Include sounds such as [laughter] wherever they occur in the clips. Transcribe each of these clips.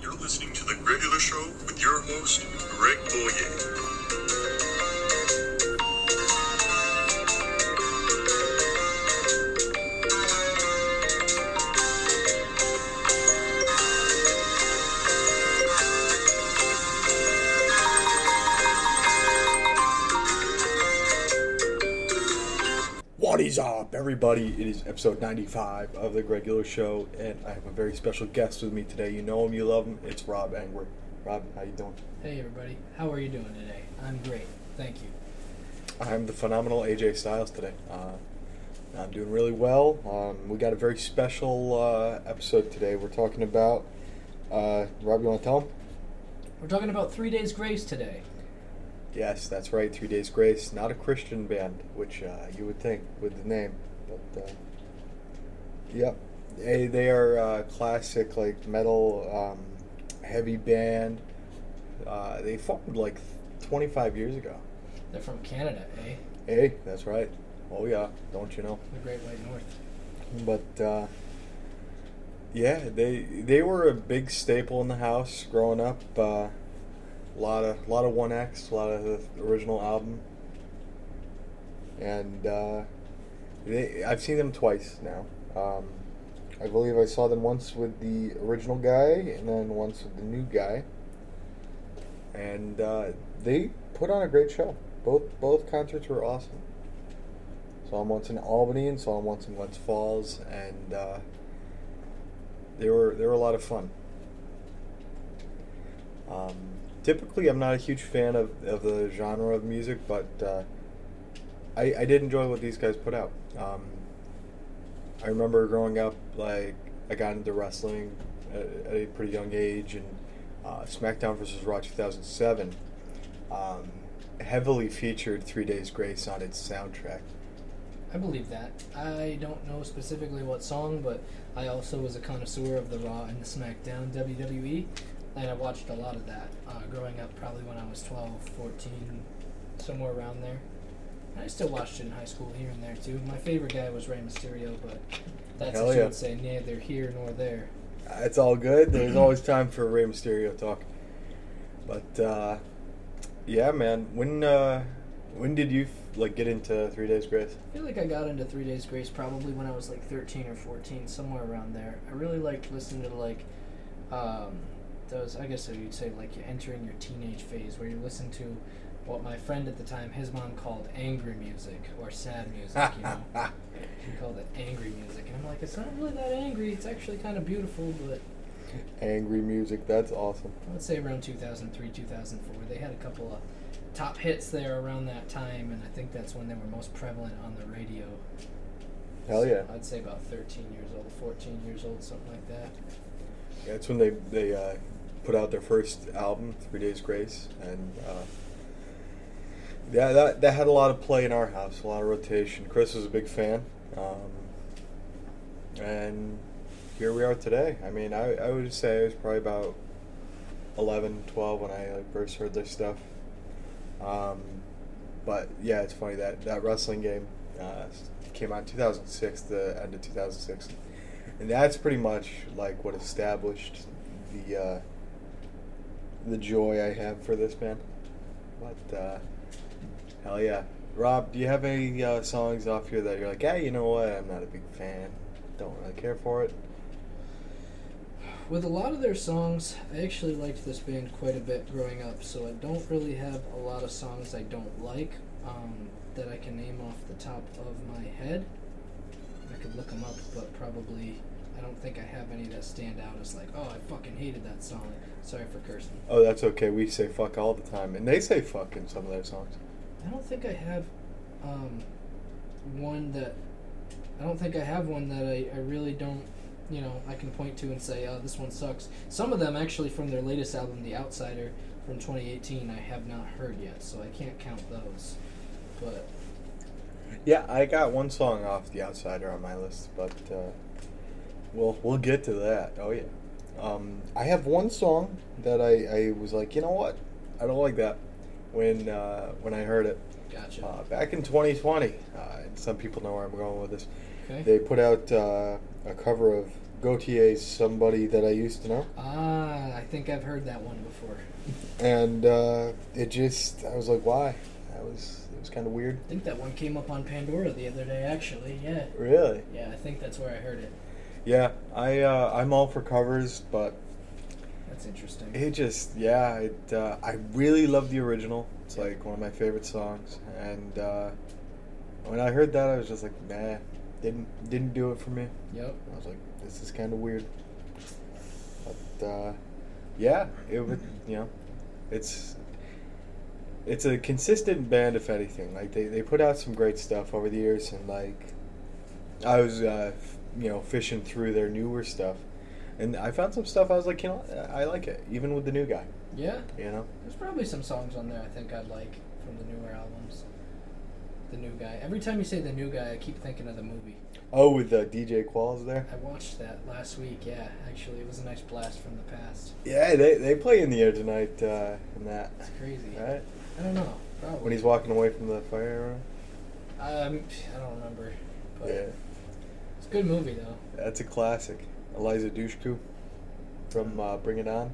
You're listening to The Regular Show with your host, Greg Boyer. What is up, everybody? It is episode 95 of the regular show, and I have a very special guest with me today. You know him, you love him. It's Rob Engwer. Rob, how you doing? Hey everybody, how are you doing today? I'm great, thank you. I'm the phenomenal AJ Styles today. Uh, I'm doing really well. Um, we got a very special uh, episode today. We're talking about uh, Rob. You want to tell him? We're talking about Three Days Grace today. Yes, that's right. Three Days Grace, not a Christian band, which uh, you would think with the name, but uh, yep, they, they are uh, classic like metal um, heavy band. Uh, they formed like 25 years ago. They're from Canada, eh? Hey, that's right. Oh yeah, don't you know? The Great White North. But uh, yeah, they they were a big staple in the house growing up. A uh, lot of lot of one X, a lot of the original album, and uh, they I've seen them twice now. Um, I believe I saw them once with the original guy, and then once with the new guy. And uh, they put on a great show. Both both concerts were awesome. Saw him once in Albany and saw him once in Glens Falls, and uh, they were they were a lot of fun. Um, typically, I'm not a huge fan of, of the genre of music, but uh, I, I did enjoy what these guys put out. Um, I remember growing up, like I got into wrestling at, at a pretty young age, and uh, SmackDown vs. Raw 2007 um, heavily featured Three Days Grace on its soundtrack. I believe that. I don't know specifically what song, but I also was a connoisseur of the Raw and the SmackDown WWE, and I watched a lot of that uh, growing up, probably when I was 12, 14, somewhere around there. And I still watched it in high school here and there too. My favorite guy was Rey Mysterio, but that's Hell I yeah. should say neither here nor there. It's all good. [clears throat] There's always time for Rey Mysterio talk. But uh, yeah, man. When uh, when did you like get into Three Days Grace? I feel like I got into Three Days Grace probably when I was like 13 or 14, somewhere around there. I really liked listening to like um, those. I guess you'd say like you're entering your teenage phase where you listen to what my friend at the time, his mom called angry music or sad music. [laughs] You know, she called it angry music, and I'm like, it's not really that angry. It's actually kind of beautiful, but Angry music. That's awesome. I would say around 2003, 2004, they had a couple of top hits there around that time, and I think that's when they were most prevalent on the radio. Hell yeah. I'd say about 13 years old, 14 years old, something like that. That's when they they uh, put out their first album, Three Days Grace, and uh, yeah, that that had a lot of play in our house, a lot of rotation. Chris was a big fan, um, and here we are today. I mean, I I would say I was probably about 11, 12 when I like, first heard this stuff. Um, but yeah, it's funny that that wrestling game uh, came out in 2006, the end of 2006, and that's pretty much like what established the uh, the joy I have for this band. But uh, hell yeah, Rob, do you have any uh, songs off here that you're like, hey, you know what? I'm not a big fan. Don't really care for it. With a lot of their songs, I actually liked this band quite a bit growing up, so I don't really have a lot of songs I don't like um, that I can name off the top of my head. I could look them up, but probably I don't think I have any that stand out as like, oh, I fucking hated that song. Sorry for cursing. Oh, that's okay. We say fuck all the time, and they say fuck in some of their songs. I don't think I have um, one that I don't think I have one that I, I really don't you know I can point to and say oh this one sucks. Some of them actually from their latest album The Outsider from 2018 I have not heard yet so I can't count those. But Yeah, I got one song off The Outsider on my list, but uh, we'll we'll get to that. Oh yeah, um, I have one song that I, I was like, you know what, I don't like that when uh, when I heard it gotcha. uh, back in 2020. Uh, and some people know where I'm going with this. okay. They put out uh, a cover of Gautier is somebody that I used to know, Ah, I think I've heard that one before. and uh, it just I was like, why? That was it was kind of weird. I think that one came up on Pandora the other day, actually. Yeah. Really? Yeah, I think that's where I heard it. Yeah, I uh, I'm all for covers, but That's interesting. It just, yeah, it, uh, I really love the original. It's like one of my favorite songs, and uh, when I heard that, I was just like, nah, didn't didn't do it for me. Yep. I was like, this is kind of weird. But uh, yeah, it would, you know, it's it's a consistent band, if anything. Like they they put out some great stuff over the years, and like I was, uh, f- you know, fishing through their newer stuff. And I found some stuff I was like, you know, I like it, even with the new guy, Yeah. you know? There's probably some songs on there I think I'd like from the newer albums. The new guy. Every time you say the new guy, I keep thinking of the movie. Oh, with uh, DJ Qualls there? I watched that last week. Yeah, actually, it was a nice blast from the past. Yeah, they, they play in the air tonight uh, in that. It's crazy. Right? I don't know. Probably. When he's walking away from the fire. uh, Um, I don't remember. But Yeah. It's a good movie though. That's a classic. Eliza Dushku from uh, Bring It On.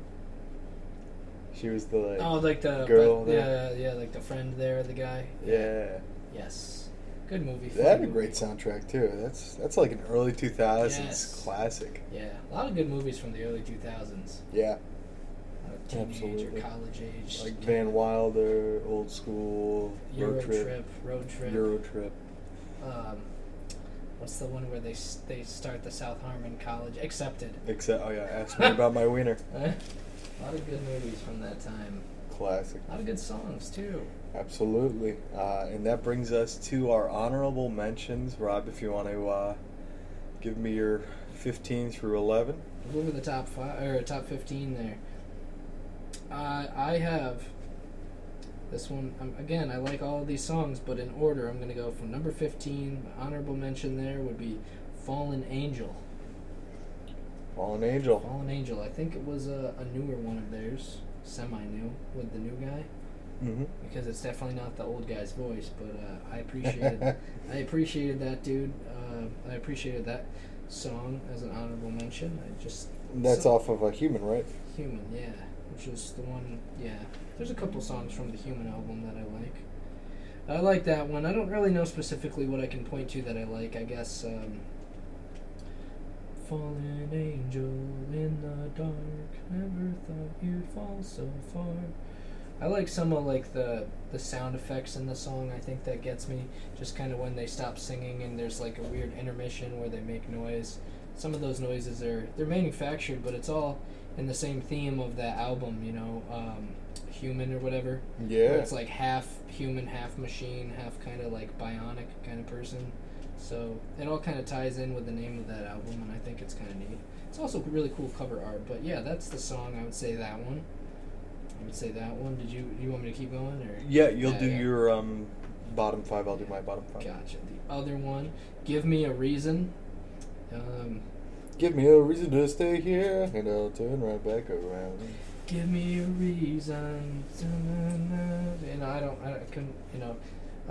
She was the like, Oh, like the girl but- yeah, there. yeah, like the friend there, the guy. yeah. Yes. Good movie. That had fun a movie. great soundtrack too. That's that's like an early two thousands Yes. classic. Yeah, a lot of good movies from the early 2000s. Yeah, Uh, Teenage or Absolutely. college age. like Van Wilder, old school, Euro road trip, trip, road trip. Euro trip. Um, what's the one where they s- they start the South Harmon College? Accepted. Except oh yeah, ask me about my wiener. Eh? [laughs] A lot of good movies from that time. Classic. A lot of good songs too. Absolutely. Uh, and that brings us to our honorable mentions. Rob, if you want to uh, give me your 15 through 11. Go over the top five or top fifteen there. Uh, I have this one um, again. I like all of these songs, but in order, I'm gonna go from number fifteen. My honorable mention there would be "Fallen Angel." Fallen Angel. "Fallen Angel." I think it was a, a newer one of theirs, semi-new with the new guy, Mm-hmm. because it's definitely not the old guy's voice. But uh, I [laughs] appreciated, I appreciated that dude. Uh, I appreciated that song as an honorable mention. I just That's So- off of a human, right? Human, yeah, which is the one. Yeah, there's a couple songs from the Human album that I like. I like that one. I don't really know specifically what I can point to that I like. I guess um, "Fallen Angel in the Dark." Never thought you'd fall so far. I like some of like the the sound effects in the song. I think that gets me. Just kind of when they stop singing and there's like a weird intermission where they make noise. Some of those noises are they're manufactured, but it's all in the same theme of that album, you know, um, Human or whatever. where Yeah. It's like half human, half machine, half kind of like bionic kind of person. So it all kind of ties in with the name of that album, and I think it's kind of neat. It's also really cool cover art, but yeah, that's the song. I would say that one. I would say that one. Did you you want me to keep going or? Yeah, you'll Yeah, do yeah. your um, bottom five. I'll do my bottom five. Gotcha. The other one, give me a reason. Um, Give me a reason to stay here, and I'll turn right back around. Give me a reason. Da-na-na. And I don't, I don't- I couldn't, you know,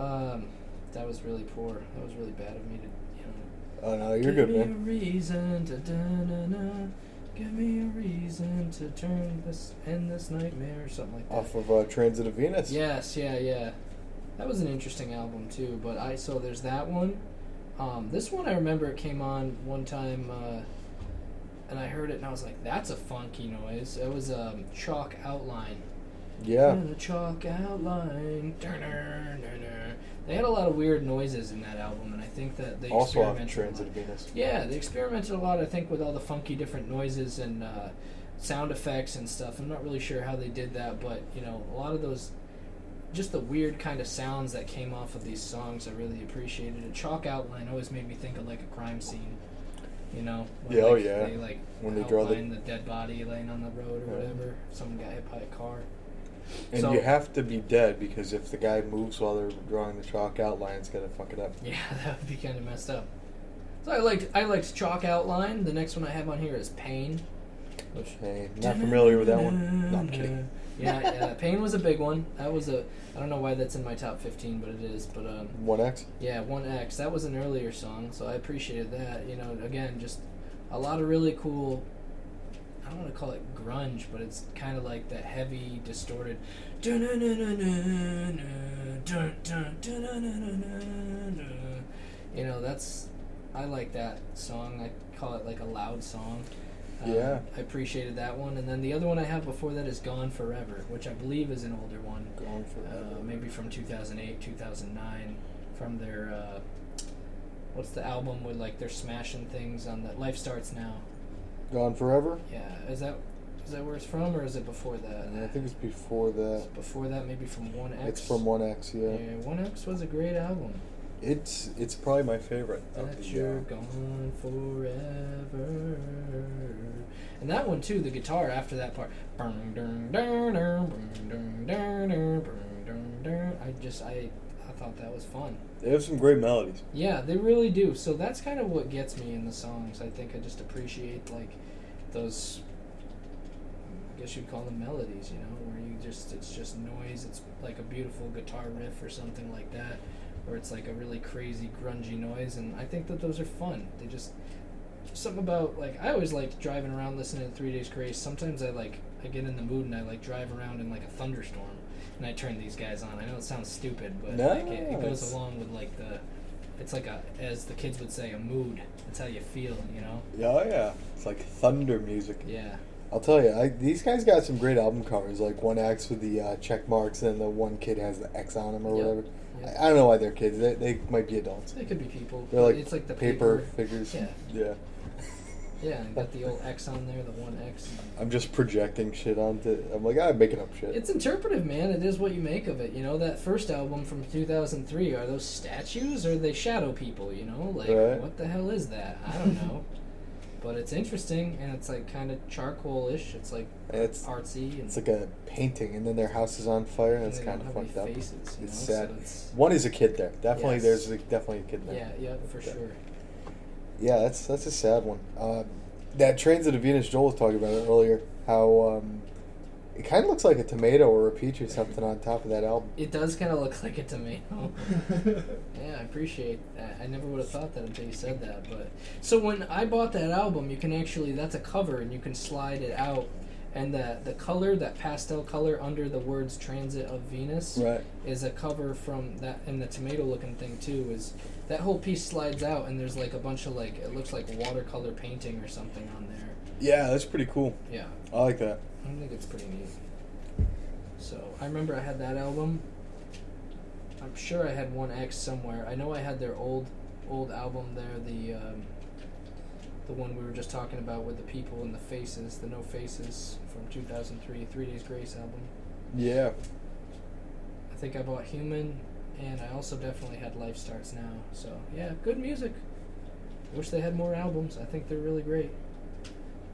um, that was really poor. That was really bad of me to, you know. Oh no, you're Give good, me man. a reason to da-na-na. Give me a reason to turn this, end this nightmare or something like that. Off of uh, Transit of Venus. Yes, yeah, yeah. That was an interesting album too. But I so there's that one. Um, this one I remember it came on one time, uh, and I heard it and I was like, "That's a funky noise." It was um, chalk outline. Yeah. And the chalk outline. Turner, turner. They had a lot of weird noises in that album, and I think that they Also off experimented a lot. Transit of Venus. Yeah, they experimented a lot, I think, with all the funky different noises and uh, sound effects and stuff. I'm not really sure how they did that, but, you know, a lot of those, just the weird kind of sounds that came off of these songs, I really appreciated. A chalk outline always made me think of, like, a crime scene. You know, Yeah, oh like, yeah. They like When they draw the- outline the dead body laying on the road or Yeah. whatever. Someone got hit by a car. And So- you have to be dead because if the guy moves while they're drawing the chalk outline, it's gonna fuck it up. Yeah, [laughs] that would be kind of messed up. So I liked I liked chalk outline. The next one I have on here is pain, which Hey, not familiar with that one. No, I'm [laughs] kidding. yeah, yeah, pain was a big one. That was a I don't know why that's in my top 15, but it is. But um, One X. yeah, one X. That was an earlier song, so I appreciated that. You know, again, just a a lot of really cool. I don't want to call it grunge, but it's kind of like that heavy, distorted. You know, that's I like that song. I call it like a loud song. Um, Yeah. I appreciated that one, and then the other one I have before that is "Gone Forever," which I believe is an older one. Gone forever. Uh, maybe from 2008, 2009, from their uh, what's the album with like they're smashing things on that Life Starts Now. Gone forever. Yeah, is that is that where it's from, or is it before that? And I think it's before It's that. before that, maybe from One X. It's from One X. Yeah, Yeah. One X was a great album. It's it's probably my favorite. of That the, you're uh, gone forever. And that one too, the guitar after that part. Bung, dung, dung, dung, bung, dung, dung, dung, bung, dung, dung. I just I I thought that was fun. They have some great melodies. Yeah, they really do. So that's kind of what gets me in the songs. I think I just appreciate like those. I guess you'd call them melodies, you know, where you just it's just noise. It's like a beautiful guitar riff or something like that, or it's like a really crazy grungy noise. And I think that those are fun. They just something about like I always like driving around listening to Three Days Grace. Sometimes I like I get in the mood and I like drive around in like a thunderstorm. And I turn these guys on. I know it sounds stupid, but No, like it, it it's- goes along with like the it's like a, as the kids would say, a mood. It's how you feel, you know. Yeah, oh, yeah. It's like thunder music. Yeah, I'll tell you, I, these guys got some great album covers. Like one X with the uh, check marks, and the one kid has the X on him or Yep, whatever. yep. I, I don't know why they're kids. They, they might be adults. they could be people. They're like it's like the paper, paper, figures. Yeah, Yeah. yeah. And got the old X on there, the one X. I'm just projecting shit onto. I'm like, I'm making up shit. It's interpretive, man. It is what you make of it. You know that first album from 2003. Are those statues or are they shadow people? You know, like Right. what the hell is that? I don't know. [laughs] But it's interesting, and it's like kind of charcoal-ish. It's like it's artsy, and it's like a painting, and then their house is on fire. and That's they don't kind of have any fucked up. Faces, you It's know? sad. So it's, One is a kid there. Definitely, Yes. there's a, definitely a kid there. yeah, yeah, for sure. Yeah, that's that's a sad one. Um, that transit of Venus, Joel was talking about it earlier. How um, it kind of looks like a tomato or a peach or something on top of that [laughs] album. It does kind of look like a tomato. yeah, I appreciate that. I never would have thought that until you said that. But so when I bought that album, you can actually that's a cover, and you can slide it out, and the the color, that pastel color under the words "Transit of Venus," Right. is a cover from that, and the tomato looking thing too is that whole piece slides out, and there's like a bunch of like it looks like watercolor painting or something on there. Yeah, that's pretty cool. Yeah. I like that. I think it's pretty neat. So I remember I had that album. I'm sure I had one X somewhere. I know I had their old old album there, the um, the one we were just talking about with the people and the faces, the no faces from 2003, Three Days Grace album. Yeah. I think I bought Human, and I also definitely had Life Starts Now. So yeah, good music. Wish they had more albums. I think they're really great.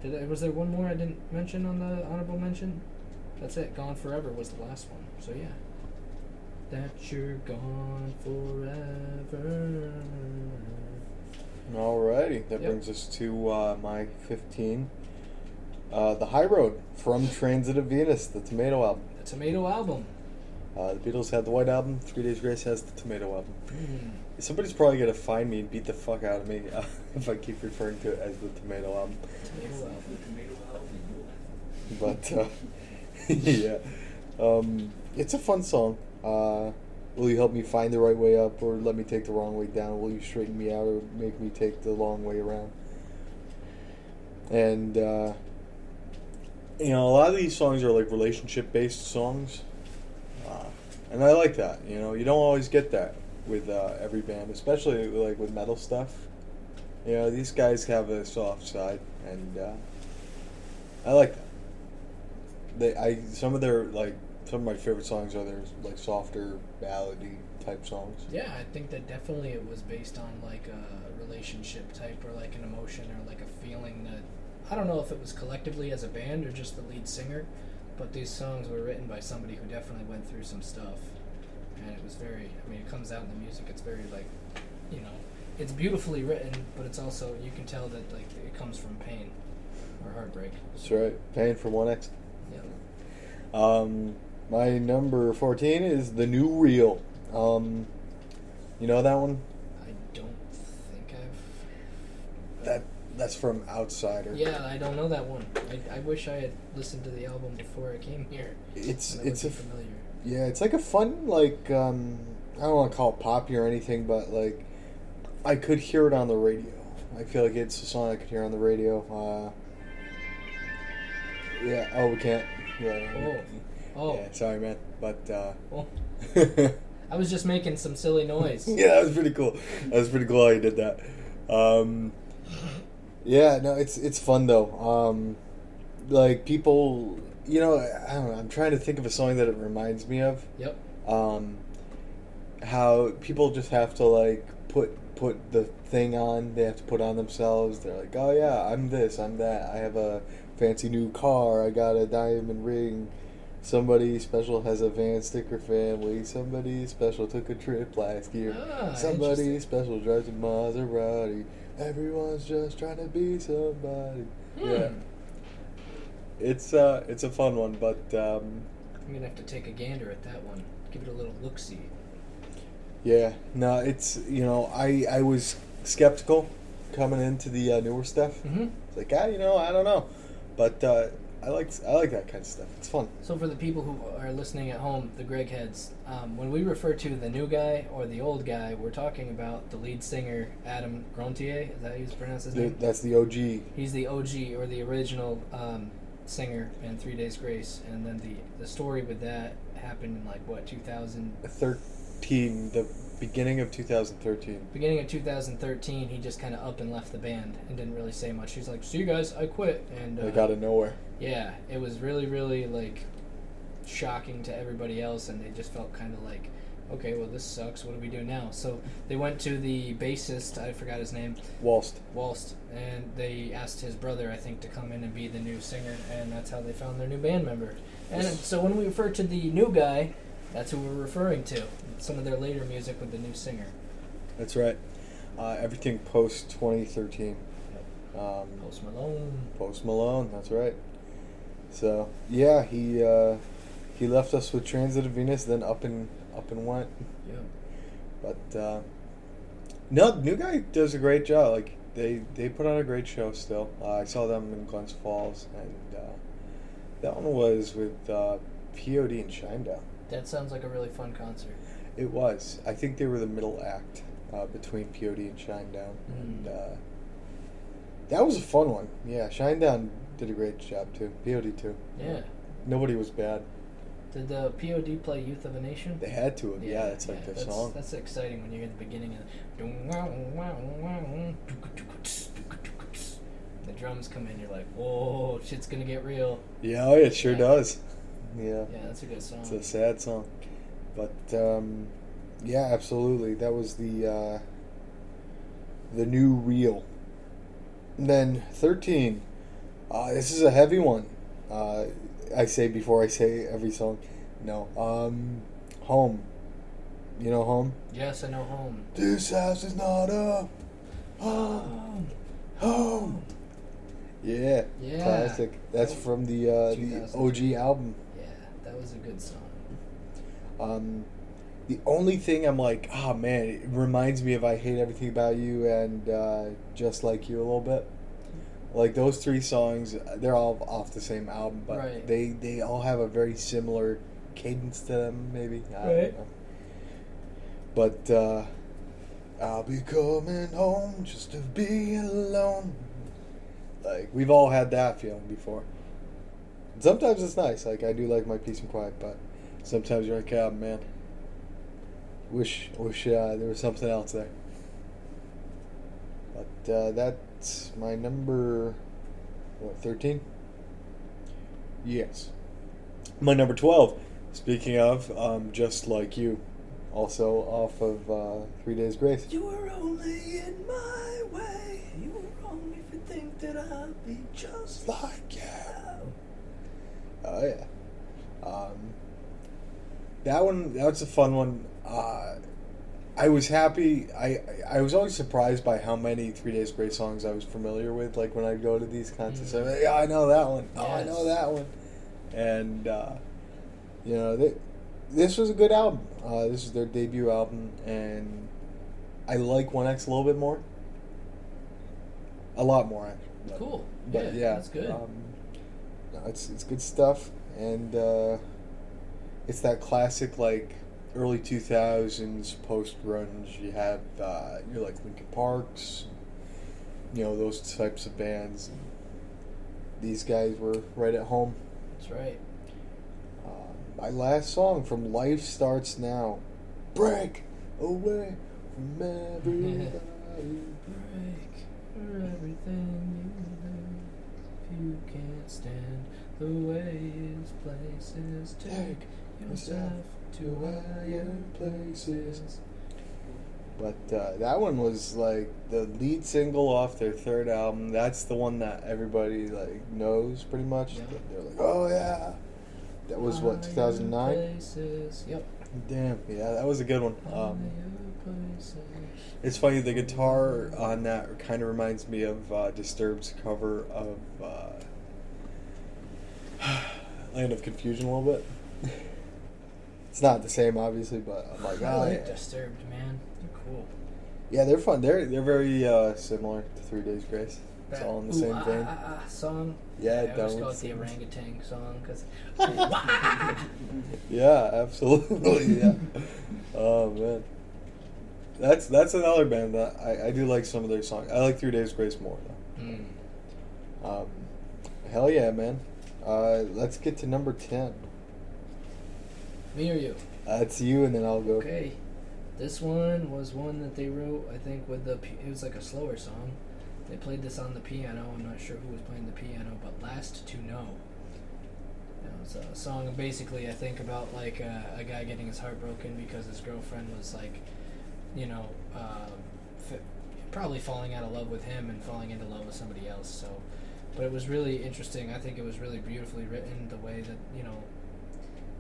Did I, was there one more I didn't mention on the honorable mention? That's it. Gone Forever was the last one. So yeah. That you're gone forever. Alrighty, that Yep. brings us to uh, my 15. Uh, the High Road from Transit of Venus, the Tomato album. The Tomato album. Uh, the Beatles had the White album. Three Days Grace has the Tomato album. Hmm. Somebody's probably gonna find me and beat the fuck out of me [laughs] uh, if I keep referring to it as the Tomato album. Tomato album. But uh, [laughs] yeah, um, it's a fun song. Uh, will you help me find the right way up, or let me take the wrong way down? Will you straighten me out, or make me take the long way around? And uh, you know, a lot of these songs are like relationship based songs, uh, and I like that. You know, you don't always get that with uh, every band, especially like with metal stuff. You know, these guys have a soft side, and uh, I like that they I some of their like some of my favorite songs are their like softer ballady type songs. Yeah, I think that definitely it was based on like a relationship type or like an emotion or like a feeling that I don't know if it was collectively as a band or just the lead singer, but these songs were written by somebody who definitely went through some stuff. And it was very I mean, it comes out in the music, it's very like you know, it's beautifully written, but it's also you can tell that like it comes from pain or heartbreak. That's right. Paying for one X. Yeah. Um, my number fourteen is the new real. Um, you know that one? I don't think I've That That's from Outsider. Yeah, I don't know that one. I, I wish I had listened to the album before I came here. It's and I it's a would be familiar. Yeah, it's like a fun like um, I don't want to call it poppy or anything, but like I could hear it on the radio. I feel like it's a song I could hear on the radio. Uh, yeah. Oh, we can't. Yeah. Oh, Yeah, sorry, man. But uh, well, [laughs] yeah, I was just making some silly [laughs] noise. that was pretty cool. That was pretty cool how you did that. Um, yeah. No, it's it's fun though. Um, like people, you know, I don't know. I'm trying to think of a song that it reminds me of. Yep. um, how people just have to like put put the thing on. They have to put on themselves. They're like, oh yeah, I'm this, I'm that. I have a fancy new car. I got a diamond ring. Somebody special has a van sticker family. Somebody special took a trip last year. Ah, Somebody interesting. special drives a Maserati. Everyone's just trying to be somebody. Yeah, Hmm. it's uh, it's a fun one, but um, I'm gonna have to take a gander at that one. Give it a little look see. Yeah, no, it's you know I I was skeptical coming into the uh, newer stuff. Mm-hmm. It's like ah, you know I don't know, but uh, I like I like that kind of stuff. It's fun. So for the people who are listening at home, the Greg heads, um, when we refer to the new guy or the old guy, we're talking about the lead singer Adam Grontier. Is that how you pronounce his The- name? that's the OG. He's the OG or the original um, singer in Three Days Grace, and then the the story with that happened in like what 2000, Thirteen, the beginning of 2013. beginning of 2013. He just kind of up and left the band and didn't really say much. He's like, "See you guys, I quit." And uh, Like out of nowhere. yeah, it was really, really like shocking to everybody else, and they just felt kind of like, okay, well, this sucks. What do we do now? So they went to the bassist, I forgot his name, Walst. Walst, and they asked his brother, I think, to come in and be the new singer, and that's how they found their new band member. And so when we refer to the new guy, that's who we're referring to. Some of their later music with the new singer. That's right. Uh, everything post 2013. Um, Post Malone. Post Malone, that's right. So yeah, he uh, he left us with Transit of Venus, then up and up and went. Yeah. But uh, no, new guy does a great job. Like they they put on a great show. Still, uh, I saw them in Glens Falls, and uh, that one was with uh, POD and Shinedown. That sounds like a really fun concert. It was. I think they were the middle act uh, between POD and Shinedown, and Mm. uh, that was a fun one. Yeah, Shinedown did a great job too. POD too. Yeah. Nobody was bad. Did the POD play Youth of a Nation? They had to. have. Yeah, that's like yeah, their that's, song. That's exciting when you hear the beginning of the drums come in. You're like, whoa, shit's gonna get real. Yeah, oh, yeah, it sure Yeah. does. Yeah. Yeah, that's a good song. It's a sad song, but um, yeah, absolutely. That was the uh, the new reel. And then thirteen. Uh, this is a heavy one. Uh, I say before I say every song. No, um, home. You know home. Yes, I know home. This house is not up. [gasps] Home, home. Yeah, Yeah. classic. That's from the uh, the OG 2000. album. Yeah, that was a good song. Um, the only thing I'm like, oh man, it reminds me of I Hate Everything About You and uh, Just Like You a little bit. Like those three songs, they're all off the same album, but Right. they, they all have a very similar cadence to them, maybe. I don't Right. know. But uh, I'll be coming home just to be alone. Like, we've all had that feeling before. Sometimes it's nice. Like, I do like my peace and quiet, but sometimes you're like, oh, man. Wish, wish uh, there was something else there. But uh, that's my number, what, 13? Yes. My number 12, speaking of, um, just like you, also off of uh, Three Days Grace. You were only in my way. You were wrong if you think that I'll be just like you. Oh yeah. Um, that one that's a fun one. Uh, I was happy. I I was always surprised by how many Three Days Grace songs I was familiar with. Like when I'd go to these concerts, I'm like, yeah, I know that one. Oh, I know Yes. that one. And uh, you know, they, this was a good album. Uh, this is their debut album, and I like One X a little bit more. a lot more actually. But- Cool. But yeah, yeah, that's good. Um, no, it's it's good stuff, and uh, it's that classic like early two thousands post grunge. You have uh, you're like Linkin Parks, you know those types of bands. And these guys were right at home. that's right. Um, my last song from Life Starts Now. Break away [laughs] from everybody. Break for everything you love. If you can't stand the way it's places, take Take yourself to higher places. But uh, that one was like the lead single off their third album. That's the one that everybody like knows pretty much. Yeah. They're like, oh yeah, that was what 2009. Places. Yep. Damn, yeah, that was a good one. Oh, Um, Higher places. it's funny the guitar on that kind of reminds me of uh, Disturbed's cover of uh, [sighs] Land of Confusion a little bit. [laughs] it's not the same, obviously, but I'm like, I oh like yeah. Disturbed, man. They're cool. Yeah, they're fun. They're they're very uh, similar to Three Days Grace. It's That all in the ooh, same ah, vein. Ah, ah, song. Yeah, I that always one's call it the the- orangutan [laughs] song [laughs] because. Yeah, absolutely. Yeah. [laughs] oh man, that's that's another band that I, I do like some of their songs. I like Three Days Grace more Hmm. though. Um, hell yeah, man. Uh, let's get to number ten. Me or you? That's you, and then I'll go. Okay. This one was one that they wrote, I think, with the. pi- It was like a slower song. They played this on the piano. I'm not sure who was playing the piano, but Last to Know. It was a song basically, I think, about like uh, a guy getting his heart broken because his girlfriend was like, you know, uh, fi- probably falling out of love with him and falling into love with somebody else. So, but it was really interesting. I think it was really beautifully written. The way that you know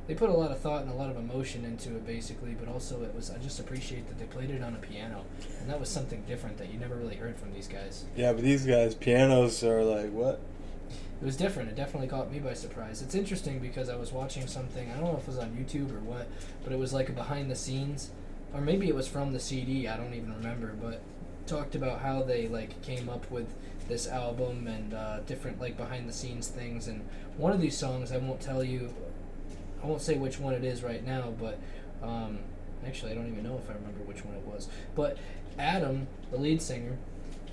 they put a lot of thought and a lot of emotion into it basically but also it was i just appreciate that they played it on a piano and that was something different that you never really heard from these guys Yeah, but these guys, pianos are like what? it was different it definitely caught me by surprise it's interesting because i was watching something i don't know if it was on youtube or what but it was like a behind the scenes or maybe it was from the cd i don't even remember but talked about how they like came up with this album and uh, different like behind the scenes things and one of these songs i won't tell you I won't say which one it is right now, but um, actually, I don't even know if I remember which one it was. But Adam, the lead singer,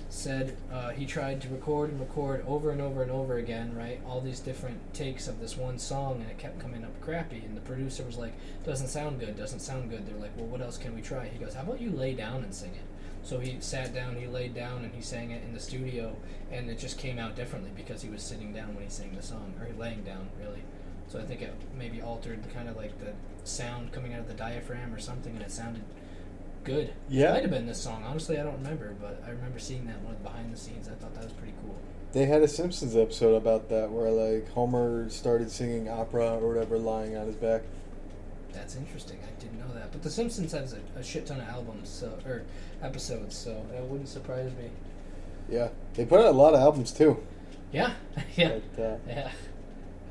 said uh, he tried to record and record over and over and over again, right? All these different takes of this one song, and it kept coming up crappy. And the producer was like, "Doesn't sound good. Doesn't sound good." They're like, "Well, what else can we try?" He goes, "How about you lay down and sing it?" So he sat down, he laid down, and he sang it in the studio, and it just came out differently because he was sitting down when he sang the song, or laying down, really. So I think it maybe altered the kind of like the sound coming out of the diaphragm or something, and it sounded good. Yeah. might have been this song. Honestly, I don't remember, but I remember seeing that one behind the scenes. I thought that was pretty cool. They had a Simpsons episode about that where like Homer started singing opera or whatever, lying on his back. That's interesting. I didn't know that. But The Simpsons has a, a shit ton of albums so, or episodes, so it wouldn't surprise me. Yeah, they put out a lot of albums too. Yeah, [laughs] yeah, But, uh, yeah.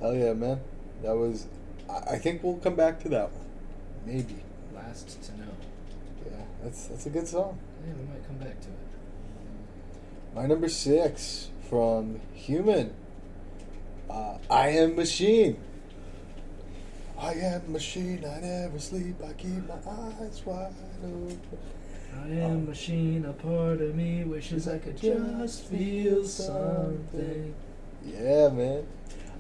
Hell yeah, man. That was. I, I think we'll come back to that one. Maybe. Last to know. Yeah, that's that's a good song. Yeah, we might come back to it. My number six from Human. Uh, I am Machine. I am Machine. I never sleep. I keep my eyes wide open. I am Um, machine. A part of me wishes I could just feel [laughs] something. Yeah, man.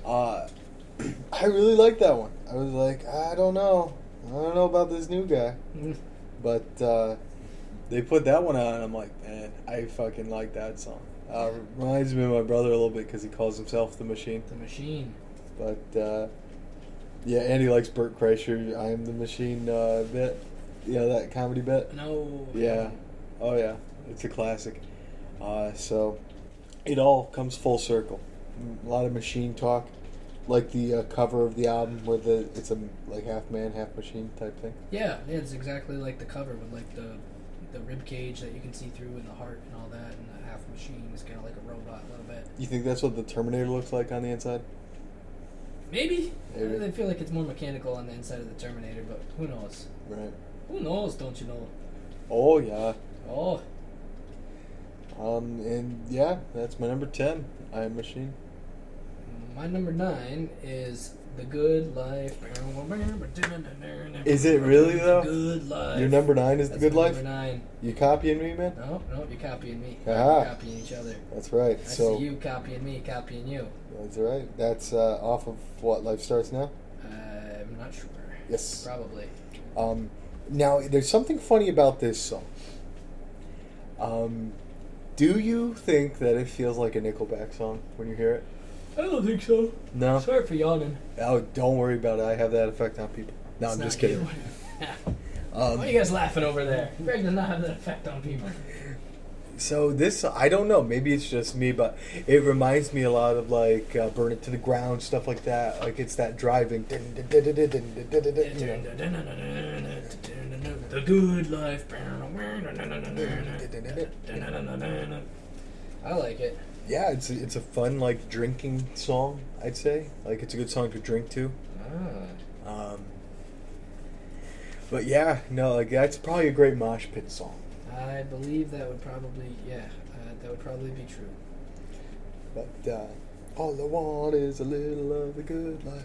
Uh, [clears throat] I really like that one. I was like, I don't know. I don't know about this new guy. But uh, they put that one out, and I'm like, man, I fucking like that song. Uh, reminds me of my brother a little bit because he calls himself the Machine. The machine. But uh, yeah, Andy likes Bert Kreischer. I am the Machine uh, bit. You know that comedy bit. No. Yeah. Oh yeah, it's a classic. Uh, so it all comes full circle. Mm, A lot of machine talk, like the uh, cover of the album where the it's a like half man, half machine type thing. Yeah, yeah, it's exactly like the cover with like the the rib cage that you can see through and the heart and all that, and the half machine is kind of like a robot a little bit. You think that's what the Terminator looks like on the inside? Maybe. Maybe. I feel like it's more mechanical on the inside of the Terminator, but who knows? Right. Who knows? Don't you know? Oh yeah. Oh, Um, and yeah, that's my number 10, I Am Machine. My number nine is The Good Life. Is it really, though? The Good Life. Your number 9 is The That's Good my Life? Number nine. You copying me, man? No, no, you're copying me. Ah. You're copying each other. That's right. I so see you copying me, copying you. that's right. That's uh, off of what life starts now. Uh, I'm not sure. Yes. Probably. Um, now, there's something funny about this song. Um, do you think that it feels like a Nickelback song when you hear it? I don't think so. No. Sorry for yawning. Oh, don't worry about it. I have that effect on people. No, I'm just [laughs] kidding. Why Um, are you guys laughing over there? Greg does not have that effect on people. so this, I don't know. Maybe it's just me, but it reminds me a lot of like uh, "Burn It to the Ground" stuff like that. Like it's that driving. dun, dun, dun, dun, dun, dun, dun, dun, dun, dun, you know. The good life. I like it. Yeah, it's a, it's a fun like drinking song. I'd say like it's a good song to drink to. Ah. Um, but yeah, no, like that's probably a great mosh pit song. I believe that would probably, yeah, uh, that would probably be true. But uh, all I want is a little of the good life.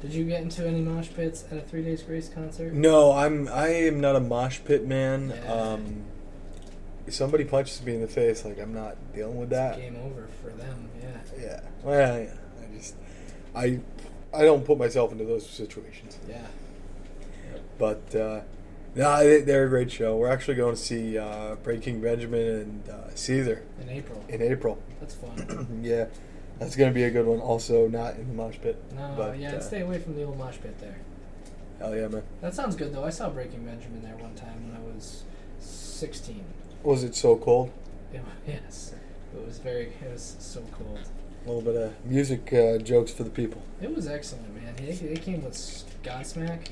Did you get into any mosh pits at a Three Days Grace concert? No, I'm I am not a mosh pit man. Yeah. Um, if somebody punches me in the face, like I'm not dealing with that. Game over for them, yeah. Yeah, well, yeah. I just I I don't put myself into those situations. Yeah. But uh, no, they, they're a great show. We're actually going to see uh, Breaking Benjamin and uh, Caesar In April. in April. [laughs] That's fun. yeah, that's gonna be a good one. Also, not in the mosh pit. No, but, yeah, uh, I'd stay away from the old mosh pit there. Hell yeah, man! That sounds good though. I saw Breaking Benjamin there one time when I was 16. Was it so cold? [laughs] It wa- yes, it was very. It was so cold. A little bit of music uh, jokes for the people. It was excellent, man. They, they came with Godsmack,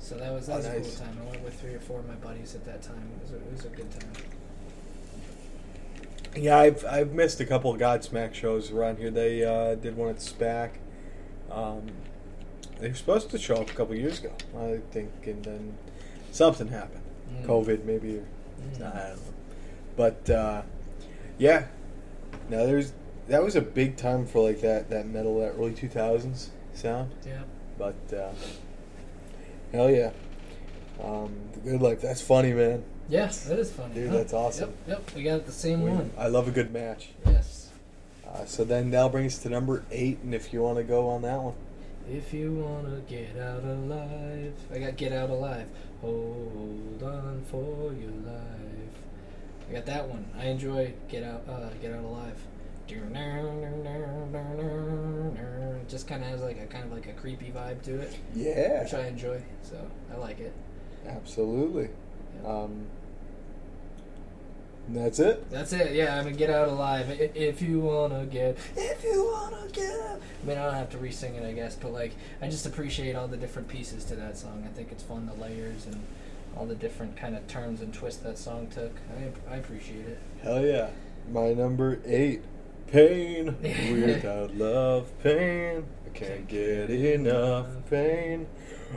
so that was that Oh, was a nice. cool time. I went with three or four of my buddies at that time. It was a, it was a good time. Yeah, I've, I've missed a couple of Godsmack shows around here. They uh, did one at SPAC. Um, they were supposed to show up a couple years ago, I think, and then something happened. Mm. COVID, maybe. Or, Mm. I don't know. But uh, yeah, now there's that was a big time for like that that metal, that early two thousands sound. Yeah. But uh, hell yeah, um, the good life. That's funny, man. Yes, that is funny. Dude, huh? that's awesome. Yep, yep. We got the same We- one. I love a good match. Yes. Uh, so then that'll bring us to number eight, and if you want to go on that one, If you wanna get out alive, I got get out alive. Hold on for your life. I got that one. I enjoy get out, uh, get out alive. Just kind of has like a kind of like a creepy vibe to it, yeah, which I enjoy. So I like it. absolutely. Yeah. Um, and that's it. That's it. Yeah, I mean, get out alive. I- i- If you wanna get, if you wanna get out. I mean, I don't have to re-sing it, I guess, but like, I just appreciate all the different pieces to that song. I think it's fun the layers and all the different kind of turns and twists that song took. I, I appreciate it. Hell yeah, my number eight. Pain without love, pain. I can't get enough pain.